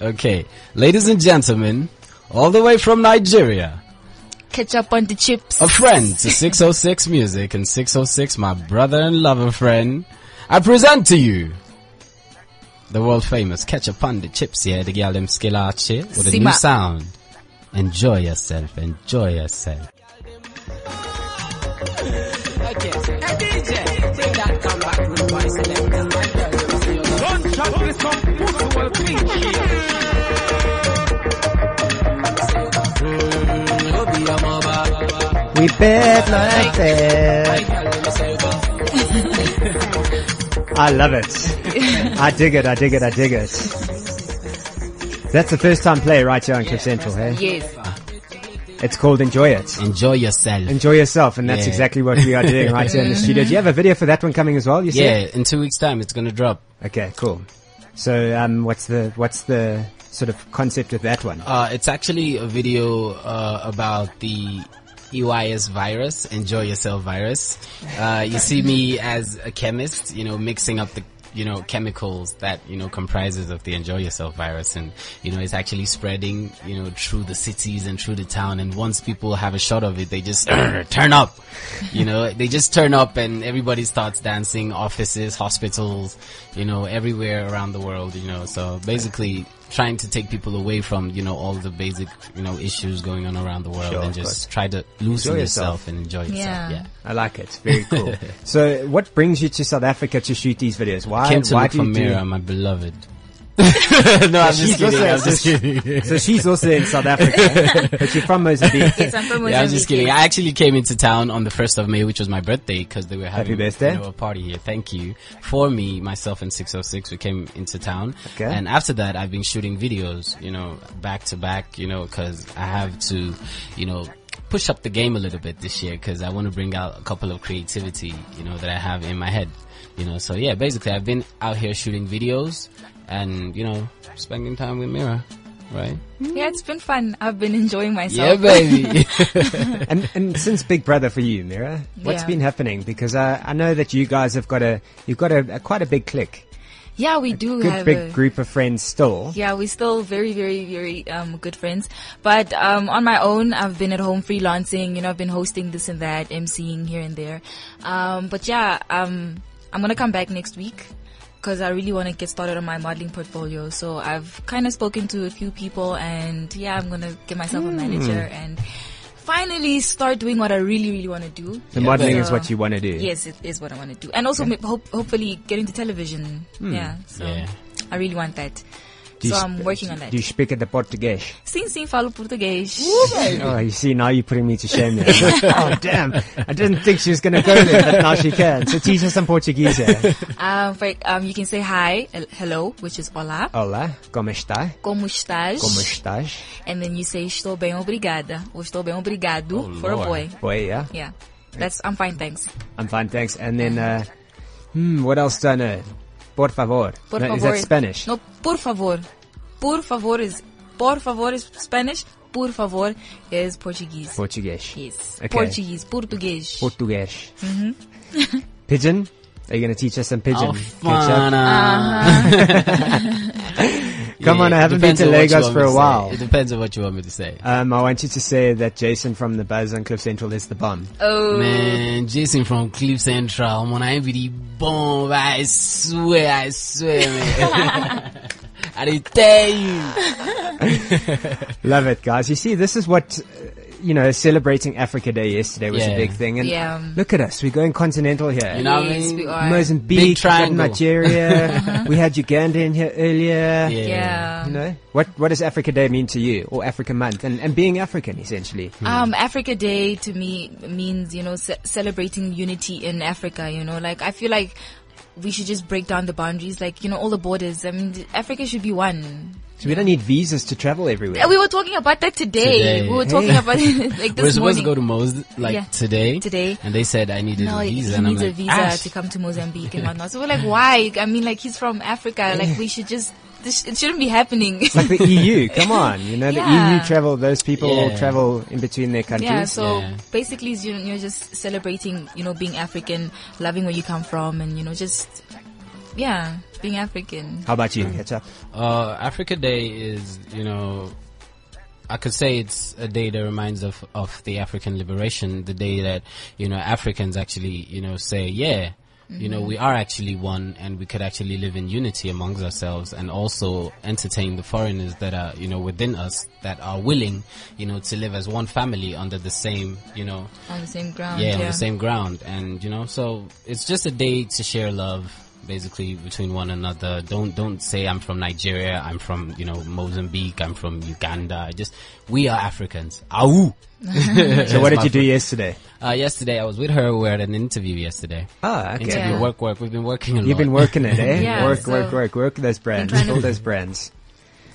[SPEAKER 9] Okay, ladies and gentlemen, all the way from Nigeria.
[SPEAKER 8] Catch up on the chips.
[SPEAKER 9] a friend to 606 Music and 606, my brother and lover friend. I present to you the world famous Catch a Pundit Chips here, the girl them skill out here with a new
[SPEAKER 8] Sima.
[SPEAKER 9] sound. Enjoy yourself, enjoy yourself.
[SPEAKER 3] We bet like that. I love it. I dig it, I dig it, I dig it. That's the first time play right here on Cliff Central, hey?
[SPEAKER 8] Yes.
[SPEAKER 3] It's called Enjoy It.
[SPEAKER 9] Enjoy yourself.
[SPEAKER 3] Enjoy yourself, and that's
[SPEAKER 9] Yeah.
[SPEAKER 3] exactly what we are doing right here in the studio. Do you have a video for that one coming as well, you
[SPEAKER 9] yeah, in two weeks time it's gonna drop.
[SPEAKER 3] said? Okay, cool. So, um, what's the, what's the sort of concept of that one?
[SPEAKER 9] Uh, it's actually a video uh, about the EYS virus, enjoy yourself virus. Uh, you see me as a chemist, you know, mixing up the you know chemicals that you know comprises of the enjoy yourself virus and you know it's actually spreading you know through the cities and through the town and once people have a shot of it they just turn up you know they just turn up and everybody starts dancing offices hospitals you know everywhere around the world you know so basically trying to take people away from you know all the basic you know issues going on around the world
[SPEAKER 3] Sure,
[SPEAKER 9] and
[SPEAKER 3] of course.
[SPEAKER 9] just try to loosen
[SPEAKER 3] Enjoy yourself.
[SPEAKER 9] yourself. and enjoy yourself.
[SPEAKER 8] Yeah.
[SPEAKER 9] yeah.
[SPEAKER 3] I like it. Very cool. so, what brings you to South Africa to shoot these videos? Why?
[SPEAKER 9] Came to
[SPEAKER 3] why
[SPEAKER 9] look
[SPEAKER 3] do
[SPEAKER 9] for
[SPEAKER 3] you do-
[SPEAKER 9] Mira, my beloved. no, I'm just
[SPEAKER 3] She's
[SPEAKER 9] kidding.
[SPEAKER 3] also-
[SPEAKER 9] I'm just
[SPEAKER 3] so she-
[SPEAKER 9] kidding.
[SPEAKER 3] So she's also in South Africa, but you're from Mozambique.
[SPEAKER 8] Yes, I'm from
[SPEAKER 9] Yeah, I'm just
[SPEAKER 8] Mozambique.
[SPEAKER 9] kidding. I actually came into town on the 1st of May, which was my birthday, because they were having
[SPEAKER 3] birthday.
[SPEAKER 9] you know, a party here. Thank you. For me, myself and 606, we came into town.
[SPEAKER 3] Okay.
[SPEAKER 9] And after that, I've been shooting videos, you know, back to back, you know, because I have to, you know, push up the game a little bit this year because I want to bring out a couple of creativity, you know, that I have in my head. You know, so yeah, basically I've been out here shooting videos and, you know, spending time with Mira, right?
[SPEAKER 8] Yeah, it's been fun. I've been enjoying
[SPEAKER 9] Yeah,
[SPEAKER 8] myself.
[SPEAKER 9] baby.
[SPEAKER 3] And, and since Big Brother for you, Mira, what's
[SPEAKER 8] Yeah.
[SPEAKER 3] been happening? Because I, I know that you guys have got a, you've got a, a quite a big clique,
[SPEAKER 8] Yeah, we do
[SPEAKER 3] good
[SPEAKER 8] have
[SPEAKER 3] big
[SPEAKER 8] a,
[SPEAKER 3] group of friends still.
[SPEAKER 8] Yeah, we're still very, very, very um, good friends. But um, on my own, I've been at home freelancing. You know, I've been hosting this and that, emceeing here and there. Um, but yeah, um, I'm gonna come back next week because I really want to get started on my modeling portfolio. So I've kind of spoken to a few people, and yeah, I'm gonna get myself a manager and finally start doing what I really, really want to do.
[SPEAKER 3] The modeling
[SPEAKER 8] but-
[SPEAKER 3] is what you want to do.
[SPEAKER 8] Yes, it is what I want to do, and also ma- hope, hopefully get into television.
[SPEAKER 3] Hmm.
[SPEAKER 8] Yeah, so
[SPEAKER 9] Yeah.
[SPEAKER 8] I really want that.
[SPEAKER 3] Do you
[SPEAKER 8] so
[SPEAKER 3] sp-
[SPEAKER 8] I'm working on that.
[SPEAKER 3] Do you speak at the Portuguese?
[SPEAKER 8] Sim, sim, falo português.
[SPEAKER 3] Oh, you see, now you're putting me to shame there. oh, damn. I didn't think she was going to go there, but now she can. So teach her some Portuguese. eh?
[SPEAKER 8] Um, for, um, you can say hi, el- hello, which is olá.
[SPEAKER 3] Olá, como está?
[SPEAKER 8] Como estás?
[SPEAKER 3] Ah. Como estás?
[SPEAKER 8] And then you say estou bem, obrigada. Ou estou bem, obrigado
[SPEAKER 9] Oh,
[SPEAKER 8] for
[SPEAKER 9] Lord.
[SPEAKER 8] a boy.
[SPEAKER 3] Boy, yeah.
[SPEAKER 8] Yeah. That's, I'm fine, thanks.
[SPEAKER 3] I'm fine, thanks. And then, uh, hmm, what else do I know? Por favor.
[SPEAKER 8] Por
[SPEAKER 3] No,
[SPEAKER 8] favor.
[SPEAKER 3] Is that Spanish?
[SPEAKER 8] No, por favor. Por favor is, por favor is Spanish. Por favor is Portuguese.
[SPEAKER 3] Portuguese.
[SPEAKER 8] yes.
[SPEAKER 3] Okay.
[SPEAKER 8] Portuguese, Mm-hmm. português.
[SPEAKER 3] Portuguese. pigeon? Are you going to teach us some pigeon?
[SPEAKER 9] Oh,
[SPEAKER 3] Catch
[SPEAKER 9] fun,
[SPEAKER 3] up?
[SPEAKER 9] uh,
[SPEAKER 3] Come
[SPEAKER 9] yeah,
[SPEAKER 3] on, I
[SPEAKER 9] it
[SPEAKER 3] haven't been
[SPEAKER 9] depends
[SPEAKER 3] to
[SPEAKER 9] on what you
[SPEAKER 3] Lagos
[SPEAKER 9] want
[SPEAKER 3] for
[SPEAKER 9] me
[SPEAKER 3] a
[SPEAKER 9] to say.
[SPEAKER 3] while.
[SPEAKER 9] It depends on what you want me to say.
[SPEAKER 3] Um, I want you to say that Jason from the Buzz on Cliff Central is the bomb.
[SPEAKER 8] Oh.
[SPEAKER 9] Man, Jason from Cliff Central, man, I be the bomb. I swear, I swear, man. I didn't tell you.
[SPEAKER 3] Love it, guys. You see, this is what, uh, you know, celebrating Africa Day yesterday was
[SPEAKER 9] Yeah.
[SPEAKER 3] a big thing. And
[SPEAKER 8] Yeah.
[SPEAKER 3] look at us. We're going continental here.
[SPEAKER 9] You know what I
[SPEAKER 8] Yes, we
[SPEAKER 9] mean?
[SPEAKER 8] are.
[SPEAKER 3] Mozambique,
[SPEAKER 9] Big
[SPEAKER 3] we've got
[SPEAKER 9] triangle.
[SPEAKER 3] Nigeria, we had Uganda in here earlier.
[SPEAKER 8] Yeah.
[SPEAKER 3] You know, what, what does Africa Day mean to you or Africa Month and, and being African essentially?
[SPEAKER 9] Hmm.
[SPEAKER 8] Um, Africa Day to me means, you know, ce- celebrating unity in Africa, you know, like I feel like we should just break down the boundaries, like, you know, all the borders. I mean, th- Africa should be one.
[SPEAKER 3] So we don't need visas to travel everywhere.
[SPEAKER 8] Yeah, We were talking about that today.
[SPEAKER 9] Today.
[SPEAKER 8] We were talking about it like this
[SPEAKER 9] We're supposed
[SPEAKER 8] morning.
[SPEAKER 9] to go to Mo's like
[SPEAKER 8] Yeah.
[SPEAKER 9] today.
[SPEAKER 8] Today.
[SPEAKER 9] And they said I needed
[SPEAKER 8] no,
[SPEAKER 9] a
[SPEAKER 8] he
[SPEAKER 9] visa.
[SPEAKER 8] needs a
[SPEAKER 9] and I'm like, "Ah,
[SPEAKER 8] visa
[SPEAKER 9] "Ash."
[SPEAKER 8] to come to Mozambique and whatnot. So we're like, why? I mean, like, he's from Africa. Like, we should just, this, it shouldn't be happening.
[SPEAKER 3] It's like the EU, come on. You know,
[SPEAKER 8] Yeah.
[SPEAKER 3] the EU travel, those people
[SPEAKER 9] Yeah.
[SPEAKER 3] travel in between their countries.
[SPEAKER 8] Yeah, so
[SPEAKER 9] Yeah.
[SPEAKER 8] basically, it's, you know, you're just celebrating, you know, being African, loving where you come from, and you know, just yeah, being African.
[SPEAKER 3] How about you? Catch up.
[SPEAKER 9] Uh, Africa Day is, you know, I could say it's a day that reminds of, of the African liberation, the day that, you know, Africans actually, you know, say, yeah, you know, we are actually one and we could actually live in unity amongst ourselves and also entertain the foreigners that are, you know, within us that are willing, you know, to live as one family under the same, you know,
[SPEAKER 8] On the same ground.
[SPEAKER 9] yeah, on the same ground. And, you know, so it's just a day to share love basically between one another. Don't, don't say I'm from Nigeria. I'm from, you know, Mozambique. I'm from Uganda. I just, we are Africans. Au!
[SPEAKER 3] So what did you do yesterday?
[SPEAKER 9] Uh, yesterday I was with her. We were at an interview yesterday.
[SPEAKER 3] Ah, okay.
[SPEAKER 9] Interview,
[SPEAKER 8] Yeah.
[SPEAKER 9] work, work. We've been working a lot.
[SPEAKER 3] You've been working it, eh?
[SPEAKER 8] Yeah,
[SPEAKER 3] work,
[SPEAKER 8] so-
[SPEAKER 3] work, work, work those brands,
[SPEAKER 8] trying to-
[SPEAKER 3] all those brands.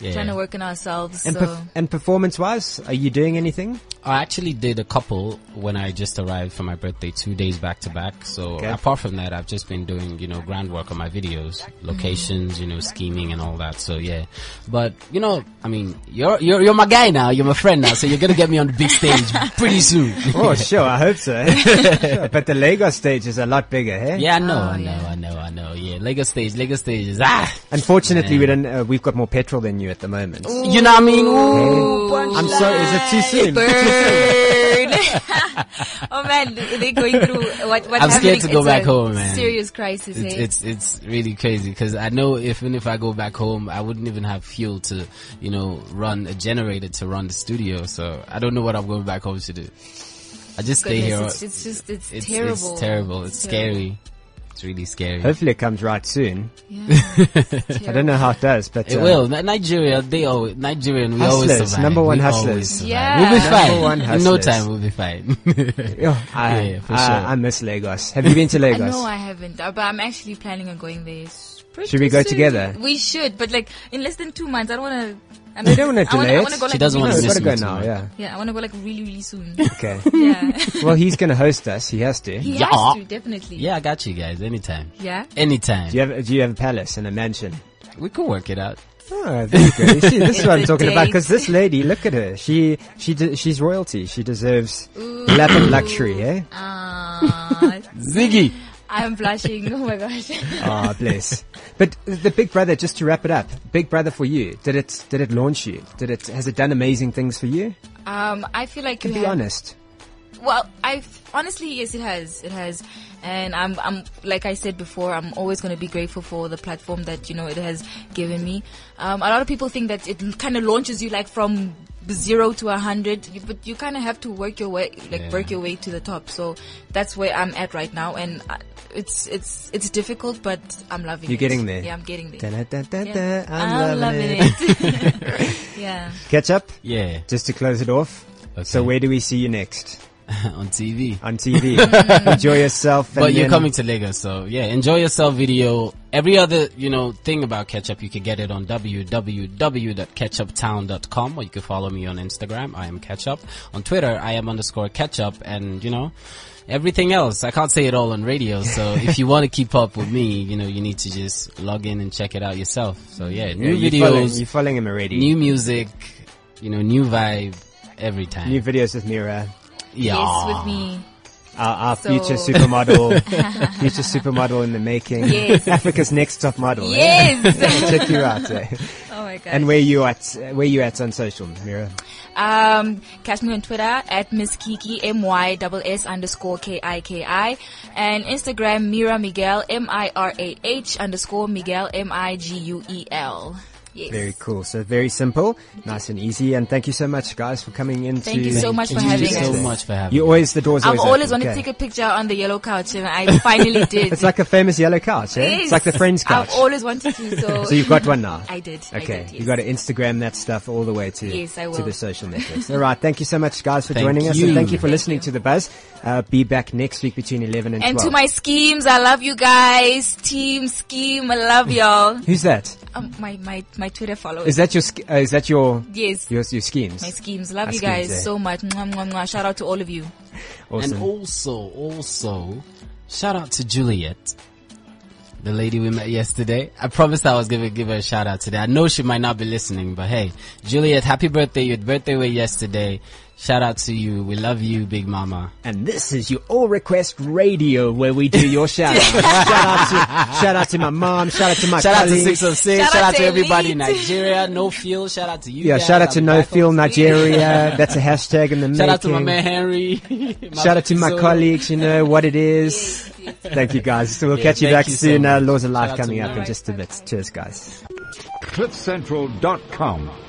[SPEAKER 9] Yeah.
[SPEAKER 8] Trying to work on ourselves.
[SPEAKER 3] And,
[SPEAKER 8] so
[SPEAKER 3] perf- and performance-wise, are you doing anything?
[SPEAKER 9] I actually did a couple when I just arrived for my birthday, two days back to back. So
[SPEAKER 3] Okay.
[SPEAKER 9] apart from that, I've just been doing, you know, groundwork on my videos, locations, you know, scheming and all that. So yeah, but you know, I mean, you're, you're, you're my guy now. You're my friend now. So you're going to get me on the big stage pretty soon.
[SPEAKER 3] Oh, sure, I hope so. eh? Sure, But the Lagos stage is a lot bigger, eh? hey?
[SPEAKER 9] yeah, I know, I know, I know, I know. Yeah. Lagos stage, Lagos stage is, ah,
[SPEAKER 3] Unfortunately, we don't, uh, we've got more petrol than you at the moment.
[SPEAKER 9] you know what I mean? Ooh.
[SPEAKER 3] I'm sorry, is it too soon?
[SPEAKER 8] Burn. oh man, they're going through what, what's
[SPEAKER 9] I'm
[SPEAKER 8] happening.
[SPEAKER 9] scared to go
[SPEAKER 8] It's
[SPEAKER 9] back
[SPEAKER 8] a
[SPEAKER 9] home, man.
[SPEAKER 8] Serious crisis.
[SPEAKER 9] It's,
[SPEAKER 8] eh?
[SPEAKER 9] it's it's really crazy because I know even if I go back home, I wouldn't even have fuel to, you know, run a generator to run the studio. So I don't know what I'm going back home to do. I just stay
[SPEAKER 8] Goodness,
[SPEAKER 9] here.
[SPEAKER 8] It's, it's just it's,
[SPEAKER 9] It's-
[SPEAKER 8] terrible.
[SPEAKER 9] It's terrible. It's
[SPEAKER 8] terrible.
[SPEAKER 9] scary. It's really scary.
[SPEAKER 3] Hopefully it comes right soon.
[SPEAKER 8] Yeah,
[SPEAKER 3] I don't know how it does, but
[SPEAKER 9] It
[SPEAKER 3] uh,
[SPEAKER 9] will. Ni- Nigeria, they always, Nigerian, we always
[SPEAKER 3] Hustlers,
[SPEAKER 9] survive.
[SPEAKER 3] number one
[SPEAKER 9] We
[SPEAKER 3] hustlers.
[SPEAKER 9] always survive.
[SPEAKER 8] Yeah.
[SPEAKER 9] We'll be
[SPEAKER 8] Number
[SPEAKER 9] fine.
[SPEAKER 3] one
[SPEAKER 9] In no
[SPEAKER 3] hustlers.
[SPEAKER 9] time, we'll be fine.
[SPEAKER 3] Yeah, I,
[SPEAKER 9] Yeah, for
[SPEAKER 3] I-
[SPEAKER 9] sure.
[SPEAKER 3] I miss Lagos. Have you been to
[SPEAKER 8] I
[SPEAKER 3] Lagos?
[SPEAKER 8] know I haven't, uh, but I'm actually planning on going there. s- pretty
[SPEAKER 3] Should we go
[SPEAKER 8] soon.
[SPEAKER 3] together?
[SPEAKER 8] We should, but like in less than two months. I don't want to. I
[SPEAKER 3] You don't wanna
[SPEAKER 8] I wanna-
[SPEAKER 3] delay
[SPEAKER 8] I
[SPEAKER 3] it.
[SPEAKER 8] wanna go,
[SPEAKER 9] She
[SPEAKER 8] like,
[SPEAKER 9] doesn't wanna
[SPEAKER 3] no,
[SPEAKER 8] really
[SPEAKER 3] we
[SPEAKER 9] miss
[SPEAKER 3] Oh, gotta go
[SPEAKER 9] me too
[SPEAKER 3] now.
[SPEAKER 9] much.
[SPEAKER 3] Yeah.
[SPEAKER 8] Yeah, I want to go like really, really soon.
[SPEAKER 3] Okay.
[SPEAKER 8] yeah,
[SPEAKER 3] well, he's gonna host us. He has to.
[SPEAKER 8] he
[SPEAKER 9] Yeah.
[SPEAKER 8] has to definitely.
[SPEAKER 9] yeah, I got you guys. Anytime.
[SPEAKER 8] yeah.
[SPEAKER 9] Anytime.
[SPEAKER 3] Do you have Do you have a palace and a mansion?
[SPEAKER 9] We could work it out.
[SPEAKER 3] Oh, very good. You see, this is what I'm
[SPEAKER 8] It's a
[SPEAKER 3] talking about.
[SPEAKER 8] date.
[SPEAKER 3] Because this lady, look at her. She she de- she's royalty. She deserves lap and luxury. Eh?
[SPEAKER 8] Ah,
[SPEAKER 9] Ziggy.
[SPEAKER 8] I'm blushing. Oh my gosh.
[SPEAKER 3] Ah, bless. But the Big Brother, just to wrap it up, Big Brother for you. Did it Did it launch you? Did it Has it done amazing things for you?
[SPEAKER 8] Um, I feel like
[SPEAKER 3] To
[SPEAKER 8] you
[SPEAKER 3] be
[SPEAKER 8] have-
[SPEAKER 3] honest,
[SPEAKER 8] Well, I honestly yes, it has, it has, and I'm I'm like I said before, I'm always going to be grateful for the platform that you know it has given me. Um, a lot of people think that it kind of launches you like from zero to a hundred, you- but you kind of have to work your way, like work your way to the top. So that's where I'm at right now, and I, it's it's it's difficult, but I'm loving.
[SPEAKER 3] You're
[SPEAKER 8] it.
[SPEAKER 3] getting there.
[SPEAKER 8] Yeah, I'm getting there.
[SPEAKER 3] Da-da-da-da-da,
[SPEAKER 8] Yeah.
[SPEAKER 3] I'm, loving, it.
[SPEAKER 8] it. yeah.
[SPEAKER 3] Catch up.
[SPEAKER 9] Yeah.
[SPEAKER 3] Just to close it off. So
[SPEAKER 9] Okay.
[SPEAKER 3] where do we see you next
[SPEAKER 9] on TV.
[SPEAKER 3] on TV? Enjoy yourself. and
[SPEAKER 9] But you're
[SPEAKER 3] then-
[SPEAKER 9] coming to Lagos, so yeah, enjoy yourself video. Every other, you know, thing about Ketchup, you can get it on www.ketchuptown.com or you can follow me on Instagram. I am Ketchup. On Twitter, I am underscore Ketchup and, you know, everything else. I can't say it all on radio, so if you want to keep up with me, you know, you need to just log in and check it out yourself. So yeah,
[SPEAKER 3] Yeah,
[SPEAKER 9] new
[SPEAKER 3] you're Following,
[SPEAKER 9] videos,
[SPEAKER 3] you're following him already.
[SPEAKER 9] new music, you know, new vibe every time.
[SPEAKER 3] New videos with Mira.
[SPEAKER 9] yeah.
[SPEAKER 8] Yes, with me.
[SPEAKER 3] Our, our
[SPEAKER 8] So-
[SPEAKER 3] future supermodel, future supermodel in the making.
[SPEAKER 8] Yes.
[SPEAKER 3] Africa's next top model. eh?
[SPEAKER 8] Yes.
[SPEAKER 3] Check you out. eh?
[SPEAKER 8] oh my god.
[SPEAKER 3] And where you at? uh, Where you at on social, Mira?
[SPEAKER 8] Um, catch me on Twitter at Miss Kiki, M-Y-S-S underscore K-I-K-I. And Instagram, Mira Miguel, M-I-R-A-H underscore Miguel, M-I-G-U-E-L. E Yes.
[SPEAKER 3] Very cool. So very simple, nice and easy. And thank you so much, guys, for coming in.
[SPEAKER 8] Thank
[SPEAKER 3] to-
[SPEAKER 8] you so much for
[SPEAKER 9] Thank you
[SPEAKER 8] having
[SPEAKER 9] so
[SPEAKER 8] us.
[SPEAKER 9] much for having
[SPEAKER 3] You
[SPEAKER 9] me.
[SPEAKER 3] always the doors. always
[SPEAKER 8] I've
[SPEAKER 3] open.
[SPEAKER 8] always wanted to
[SPEAKER 3] Okay.
[SPEAKER 8] take a picture on the yellow couch and I finally did.
[SPEAKER 3] It's like a famous yellow couch. Eh? It's like the Friends couch.
[SPEAKER 8] I've always wanted to, so.
[SPEAKER 3] So you've got one now.
[SPEAKER 8] I did. I
[SPEAKER 3] Okay,
[SPEAKER 8] did,
[SPEAKER 3] you
[SPEAKER 8] yes.
[SPEAKER 3] got to Instagram that stuff all the way to
[SPEAKER 8] Yes, I
[SPEAKER 3] to the
[SPEAKER 8] will.
[SPEAKER 3] social networks. all right, thank you so much, guys, for
[SPEAKER 9] Thank
[SPEAKER 3] joining us,
[SPEAKER 9] you.
[SPEAKER 3] and thank you for listening to the Buzz. Uh, be back next week between eleven and,
[SPEAKER 8] and to
[SPEAKER 3] twelve.
[SPEAKER 8] my schemes, I love you guys. Team scheme, I love y'all.
[SPEAKER 3] Who's that?
[SPEAKER 8] Um, my, my, my Twitter followers.
[SPEAKER 3] Is that your sk- uh, is that your
[SPEAKER 8] yes.
[SPEAKER 3] your your schemes?
[SPEAKER 8] My schemes. Love
[SPEAKER 3] My
[SPEAKER 8] you
[SPEAKER 3] schemes,
[SPEAKER 8] guys
[SPEAKER 3] eh?
[SPEAKER 8] so much. Mwah, mwah, mwah. Shout out to all of you.
[SPEAKER 3] awesome.
[SPEAKER 9] And also, also, shout out to Juliet. The lady we met yesterday. I promised I was gonna give her a shout out today. I know she might not be listening, but hey, Juliet, happy birthday. Your birthday was yesterday. Shout out to you. We love you, Big Mama.
[SPEAKER 3] And this is your All Request Radio, where we do your shout out. shout, out to, shout out to my mom. Shout out to my
[SPEAKER 9] Shout out to
[SPEAKER 3] colleagues.
[SPEAKER 9] Six of Six.
[SPEAKER 8] Shout
[SPEAKER 9] Shout,
[SPEAKER 8] out
[SPEAKER 9] out
[SPEAKER 8] to
[SPEAKER 9] to everybody in
[SPEAKER 8] Elite.
[SPEAKER 9] Nigeria. No Feel. Shout out to you.
[SPEAKER 3] Yeah,
[SPEAKER 9] guys.
[SPEAKER 3] shout out to
[SPEAKER 9] I'll be
[SPEAKER 3] No
[SPEAKER 9] back on
[SPEAKER 3] Feel
[SPEAKER 9] Twitter.
[SPEAKER 3] Nigeria. That's a hashtag in the making.
[SPEAKER 9] Shout out to my man Henry. My
[SPEAKER 3] Shout out to my
[SPEAKER 9] Solo.
[SPEAKER 3] colleagues, you know what it is. Thank you guys. So we'll catch you
[SPEAKER 9] thank
[SPEAKER 3] back
[SPEAKER 9] you so
[SPEAKER 3] soon. uh,
[SPEAKER 9] much.
[SPEAKER 3] Laws of Life
[SPEAKER 9] Shout out to
[SPEAKER 3] coming up
[SPEAKER 9] Mary.
[SPEAKER 3] in just a bit. Cheers guys.
[SPEAKER 1] CliffCentral.com.